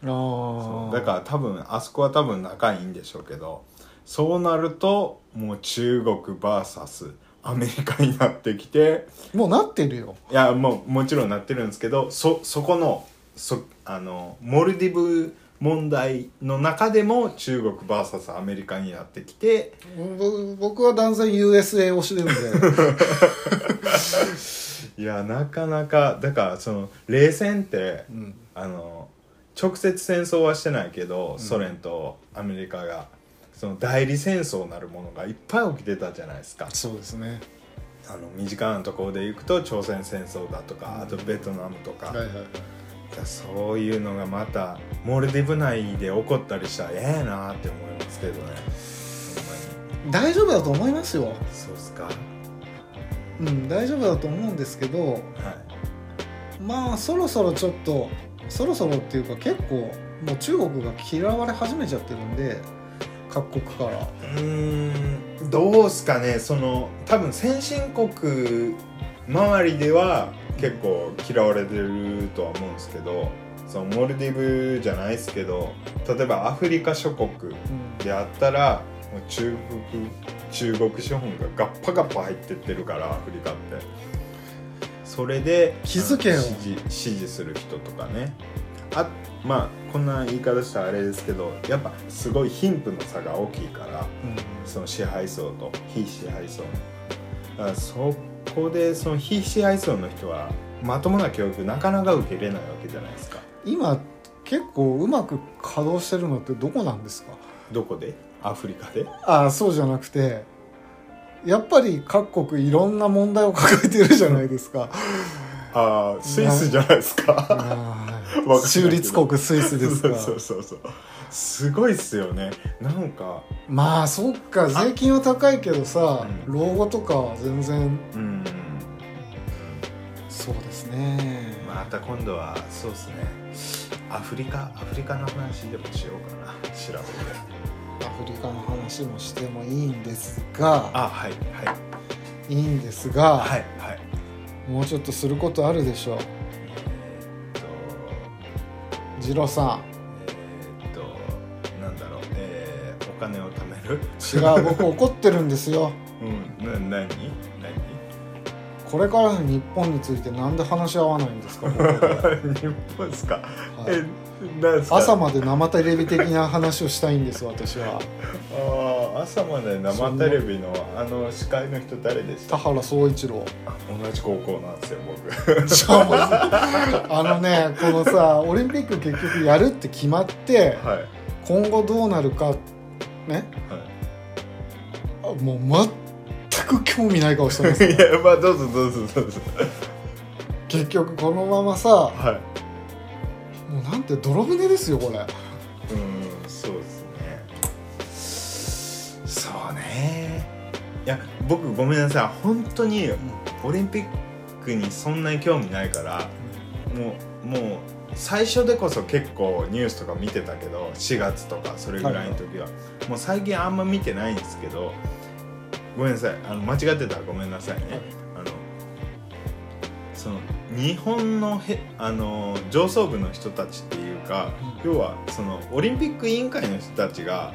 Speaker 2: な、
Speaker 1: あー
Speaker 2: だから多分あそこは多分仲いいんでしょうけどそうなるともう中国 VS アメリカになってきて
Speaker 1: もうなってるよ
Speaker 2: いやもうもちろんなってるんですけどそそこのそあのモルディブ問題の中でも中国 VS アメリカになってきて
Speaker 1: ぼ僕は断然 USA 推しでる んで
Speaker 2: いやなかなかだからその冷戦って、
Speaker 1: ん
Speaker 2: あの直接戦争はしてないけど、ソ連とアメリカがその代理戦争なるものがいっぱい起きてたじゃないですか
Speaker 1: そうですね
Speaker 2: あの身近なところで行くと朝鮮戦争だとかあとベトナムとか、
Speaker 1: はいはい
Speaker 2: いやそういうのがまたモルディブ内で起こったりしたらええなって思いますけどねほんま
Speaker 1: 大丈夫だと思いますよ
Speaker 2: にそうっすかは
Speaker 1: うん大丈夫だと思うんですけど
Speaker 2: い
Speaker 1: まあそろそろちょっとそろそろっていうか結構もう中国が嫌われ始めちゃってるんで各国から
Speaker 2: うーんどうすかねその多分先進国周りでは結構嫌われてるとは思うんですけどそのモルディブじゃないですけど例えばアフリカ諸国であったらもう中国中国資本がガッパガッパ入ってってるからアフリカってそれで
Speaker 1: 気づけよ
Speaker 2: 支持支持する人とかねあまあこんな言い方したらあれですけどやっぱすごい貧富の差が大きいからその支配層と非支配層だからそこでその非支配層の人はまともな教育なかなか受けれないわけじゃないですか
Speaker 1: 今結構うまく稼働してるのってどこなんですか
Speaker 2: どこでアフリカで
Speaker 1: ああそうじゃなくてやっぱり各国いろんな問題を抱えてるじゃないですか
Speaker 2: ああスイスじゃないですか
Speaker 1: あ
Speaker 2: わかんない
Speaker 1: あ
Speaker 2: け ど
Speaker 1: 中立国スイスですか
Speaker 2: そうそうそうそうすごいっすよねなんか
Speaker 1: まあそっか税金は高いけどさ
Speaker 2: う
Speaker 1: 老後とかは全然
Speaker 2: うん
Speaker 1: そうですね
Speaker 2: また今度はそうっすねアフリカアフリカの話でもしようかな調べて
Speaker 1: アフリカの話もしてもいいんですが
Speaker 2: あはいはい
Speaker 1: いいんですが、
Speaker 2: はいはい
Speaker 1: もうちょっとすることあるでしょう
Speaker 2: えーっと
Speaker 1: 次郎さん
Speaker 2: えーっとなんだろう、えーお金を貯める
Speaker 1: 違う僕怒ってるんですよ
Speaker 2: うんな何何
Speaker 1: これからの日本についてなんで話し合わないんですか、 僕は
Speaker 2: 日本ですか、
Speaker 1: い
Speaker 2: えなんですか
Speaker 1: 朝まで生テレビ的な話をしたいんです私は
Speaker 2: あー朝まで生テレビのあの司会の人誰でした
Speaker 1: 田原総一郎
Speaker 2: 同じ高校なんですよ
Speaker 1: しかも あのねこのさオリンピック結局やるって決まって
Speaker 2: 僕はいはい
Speaker 1: 今後どうなるかねあもう全く興味ない顔してます
Speaker 2: いやまあどうぞどうぞどうぞ
Speaker 1: 結局このままさ
Speaker 2: はい
Speaker 1: もうなんて泥船ですよこれ
Speaker 2: うんそうですねそうねいや僕ごめんなさい本当にオリンピックにそんなに興味ないからもうもう最初でこそ結構ニュースとか見てたけど4月とかそれぐらいの時は、もう最近あんま見てないんですけどごめんなさいあの間違ってたらごめんなさいね、
Speaker 1: はい
Speaker 2: あのその日本のへあの上層部の人たちっていうか、要はそのオリンピック委員会の人たちが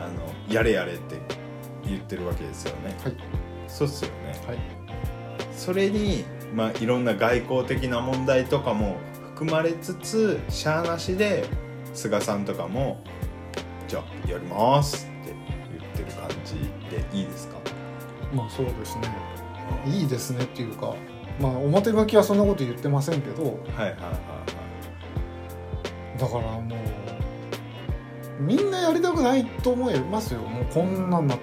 Speaker 2: あのやれやれって言ってるわけですよね
Speaker 1: はい
Speaker 2: そうっすよね
Speaker 1: はい
Speaker 2: それに、まあ、いろんな外交的な問題とかも含まれつつしゃあなしで菅さんとかも「じゃあやります」って言ってる感じでいいですか
Speaker 1: まあそうですねいいですねっていうかまあ表向きはそんなこと言ってませんけど
Speaker 2: はいはいはいはい
Speaker 1: だからもうみんなやりたくないと思いますよもうこんなんなっ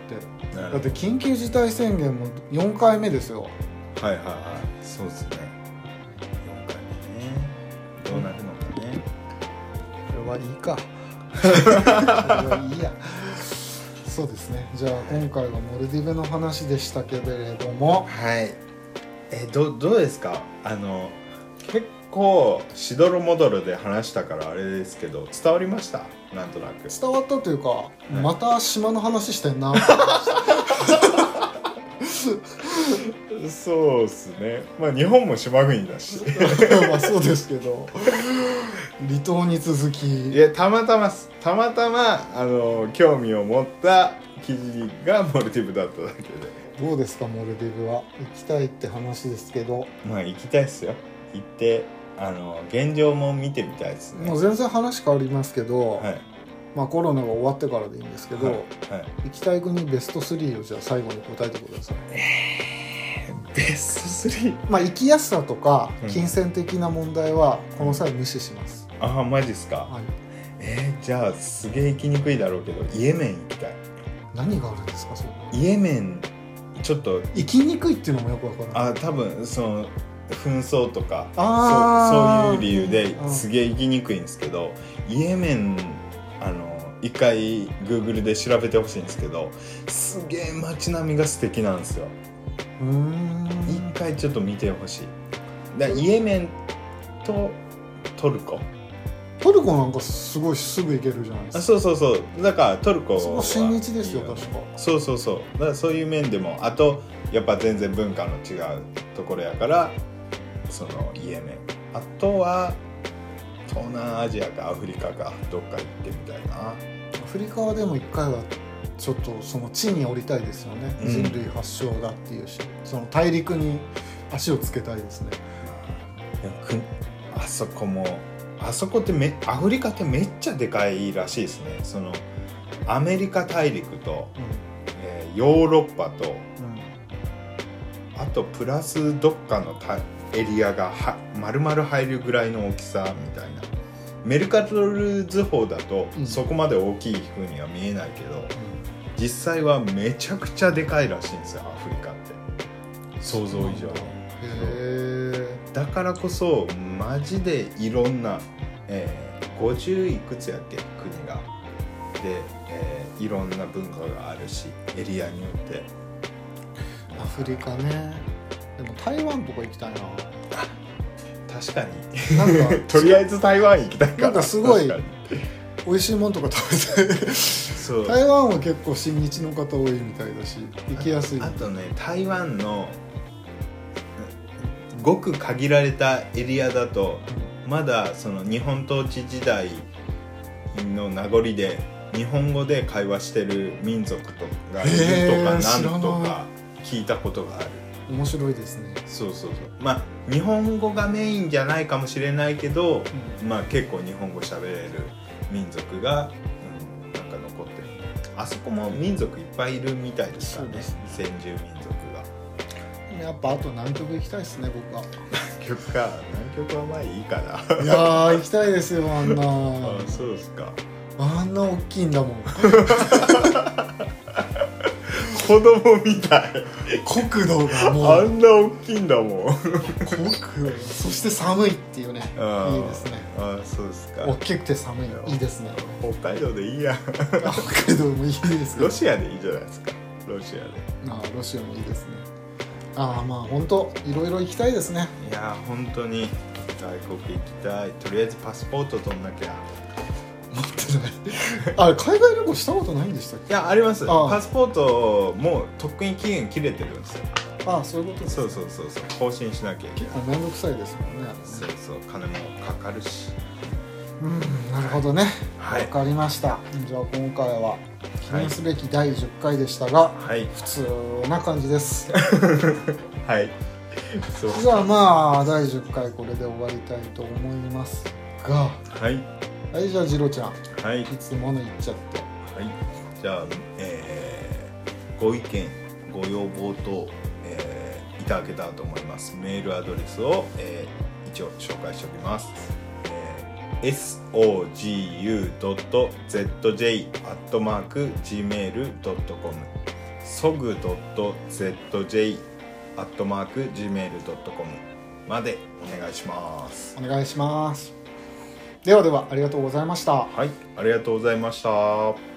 Speaker 1: て
Speaker 2: な
Speaker 1: だ
Speaker 2: る
Speaker 1: って緊急事態宣言も4回目ですよ
Speaker 2: はいはいはいそうですね4回目ねどうなるのかね
Speaker 1: これはいい かこれはいいやそうですねじゃあ今回はモルディブの話でしたけれども
Speaker 2: はい。えどどうですか。あの結構しどろもどろで話したからあれですけど伝わりました。なんとなく。
Speaker 1: 伝わったというか
Speaker 2: い
Speaker 1: また島の話してんな
Speaker 2: そうですね。まあ日本も島国だし。
Speaker 1: まあそうですけど離島に続
Speaker 2: い
Speaker 1: き
Speaker 2: やたまたまっすたまたまあの興味を持った記事がモルティブだっただけで。
Speaker 1: どうですかモルディブは行きたいって話ですけど
Speaker 2: まあ行きたいっすよ。行ってあの現状も見てみたいですね。
Speaker 1: もう全然話変わりますけど、
Speaker 2: はい
Speaker 1: まあ、コロナが終わってからでいいんですけど、
Speaker 2: はいはい。
Speaker 1: 行きたい国ベスト3をじゃあ最後に答えてください、
Speaker 2: ベスト3。
Speaker 1: まあ、行きやすさとか
Speaker 2: うん
Speaker 1: 金銭的な問題はこの際無視します、
Speaker 2: ああマジっすか。
Speaker 1: はい、
Speaker 2: えーじゃあすげえ行きにくいだろうけどイエメン行きたい
Speaker 1: 何があるんですかそこ
Speaker 2: イエメンちょっと
Speaker 1: 行きにくいっていうのもよくわからない
Speaker 2: あ多分その紛争とか
Speaker 1: あー
Speaker 2: そうそういう理由
Speaker 1: う
Speaker 2: で
Speaker 1: ん
Speaker 2: すげえ行きにくいんですけどイエメンあの一回 Google で調べてほしいんですけどすげえ街並みが素敵なんですよ
Speaker 1: うー
Speaker 2: 一
Speaker 1: ん
Speaker 2: 回ちょっと見てほしいだからイエメンとトルコ
Speaker 1: トルコなんかすごいすぐ行けるじゃないです
Speaker 2: あ
Speaker 1: か
Speaker 2: そうそうそうだからトルコは
Speaker 1: そこ親日ですよ確か
Speaker 2: そうそうそうだからそういう面でもあとやっぱ全然文化の違うところやからそのイエメンあとは東南アジアかアフリカかどっか行ってみたいな
Speaker 1: アフリカはでも一回はちょっとその地に降りたいですよね、
Speaker 2: うん
Speaker 1: 人類発祥だっていうしその大陸に足をつけたいですね
Speaker 2: でもくあそこもあそこってめアフリカってめっちゃでかいらしいですねそのアメリカ大陸と、
Speaker 1: う
Speaker 2: えーヨーロッパと
Speaker 1: ん、うん、
Speaker 2: あとプラスどっかのたエリアがは丸々入るぐらいの大きさみたいなメルカトル図法だと
Speaker 1: うん
Speaker 2: そこまで大きい風には見えないけど、実際はめちゃくちゃでかいらしいんですよアフリカって想像以上に
Speaker 1: へえ
Speaker 2: だからこそマジでいろんな、えー50いくつやっけ国がで、えーいろんな文化があるしエリアによって
Speaker 1: アフリカねでも台湾とか行きた いな
Speaker 2: 確かに
Speaker 1: なんか
Speaker 2: とりあえず台湾行きたいから
Speaker 1: なんかすごい
Speaker 2: 確かに
Speaker 1: 美味しいもんとか食べたい
Speaker 2: そう
Speaker 1: 台湾は結構親日の方多いみたいだし行きやすい
Speaker 2: あとね台湾のうんごく限られたエリアだとまだその日本統治時代の名残で日本語で会話してる民族とかいると
Speaker 1: へー
Speaker 2: かなんと
Speaker 1: 知らな
Speaker 2: か聞いたことがある
Speaker 1: 面白いですね、
Speaker 2: そうそうそうまあ日本語がメインじゃないかもしれないけどまあ結構日本語喋れる民族が、うん、なんか残ってるあそこも民族いっぱいいるみたいですからね
Speaker 1: そう
Speaker 2: 先住民族が
Speaker 1: やっぱあと南極行きたいですね 僕は
Speaker 2: 南極か南極はまあいいかな
Speaker 1: いやー行きたいですよあんな
Speaker 2: あそうですか
Speaker 1: あんな大きいんだもん
Speaker 2: 子供みたい
Speaker 1: 国土がも
Speaker 2: あ
Speaker 1: うん
Speaker 2: な大きいんだもん
Speaker 1: 国土そして寒いっていうね
Speaker 2: あー
Speaker 1: いいですね
Speaker 2: あそうですか
Speaker 1: 大きくて寒いのいいですね
Speaker 2: 北海道でいいやん
Speaker 1: あ北海道もいいですね
Speaker 2: ロシアでいいじゃないですかロシアで
Speaker 1: あーロシアもいいですねああまあ本当いろいろ行きたいですね
Speaker 2: いやー本当に外国行きたいとりあえずパスポート取んなきゃ
Speaker 1: 持ってないあれ海外旅行したことないんでしたっ
Speaker 2: いやあります
Speaker 1: ああ
Speaker 2: パスポートもうとっくに期限切れてるんですよ
Speaker 1: けああそういうことです
Speaker 2: そうそうそうそう更新しなきゃいけな
Speaker 1: 結構
Speaker 2: い
Speaker 1: 面倒くさいですもんねあれね
Speaker 2: そうそう金もかかるし
Speaker 1: うんなるほどねわ、
Speaker 2: はい
Speaker 1: かりましたじゃあ今回は記念すべき第10回でしたが、
Speaker 2: はい
Speaker 1: 普通な感じです
Speaker 2: はいそう
Speaker 1: じゃあまあ第10回これで終わりたいと思いますが
Speaker 2: はい
Speaker 1: はいじゃあジロちゃん
Speaker 2: はいはい
Speaker 1: いつもの言っちゃって
Speaker 2: じゃあえーご意見ご要望等、えーいただけたらと思いますメールアドレスを、えー一応紹介しておきます、えー sogu.zj.gmail.com sog.zj.gmail.com までお願いします
Speaker 1: お願いしますではではありがとうございました
Speaker 2: はいありがとうございました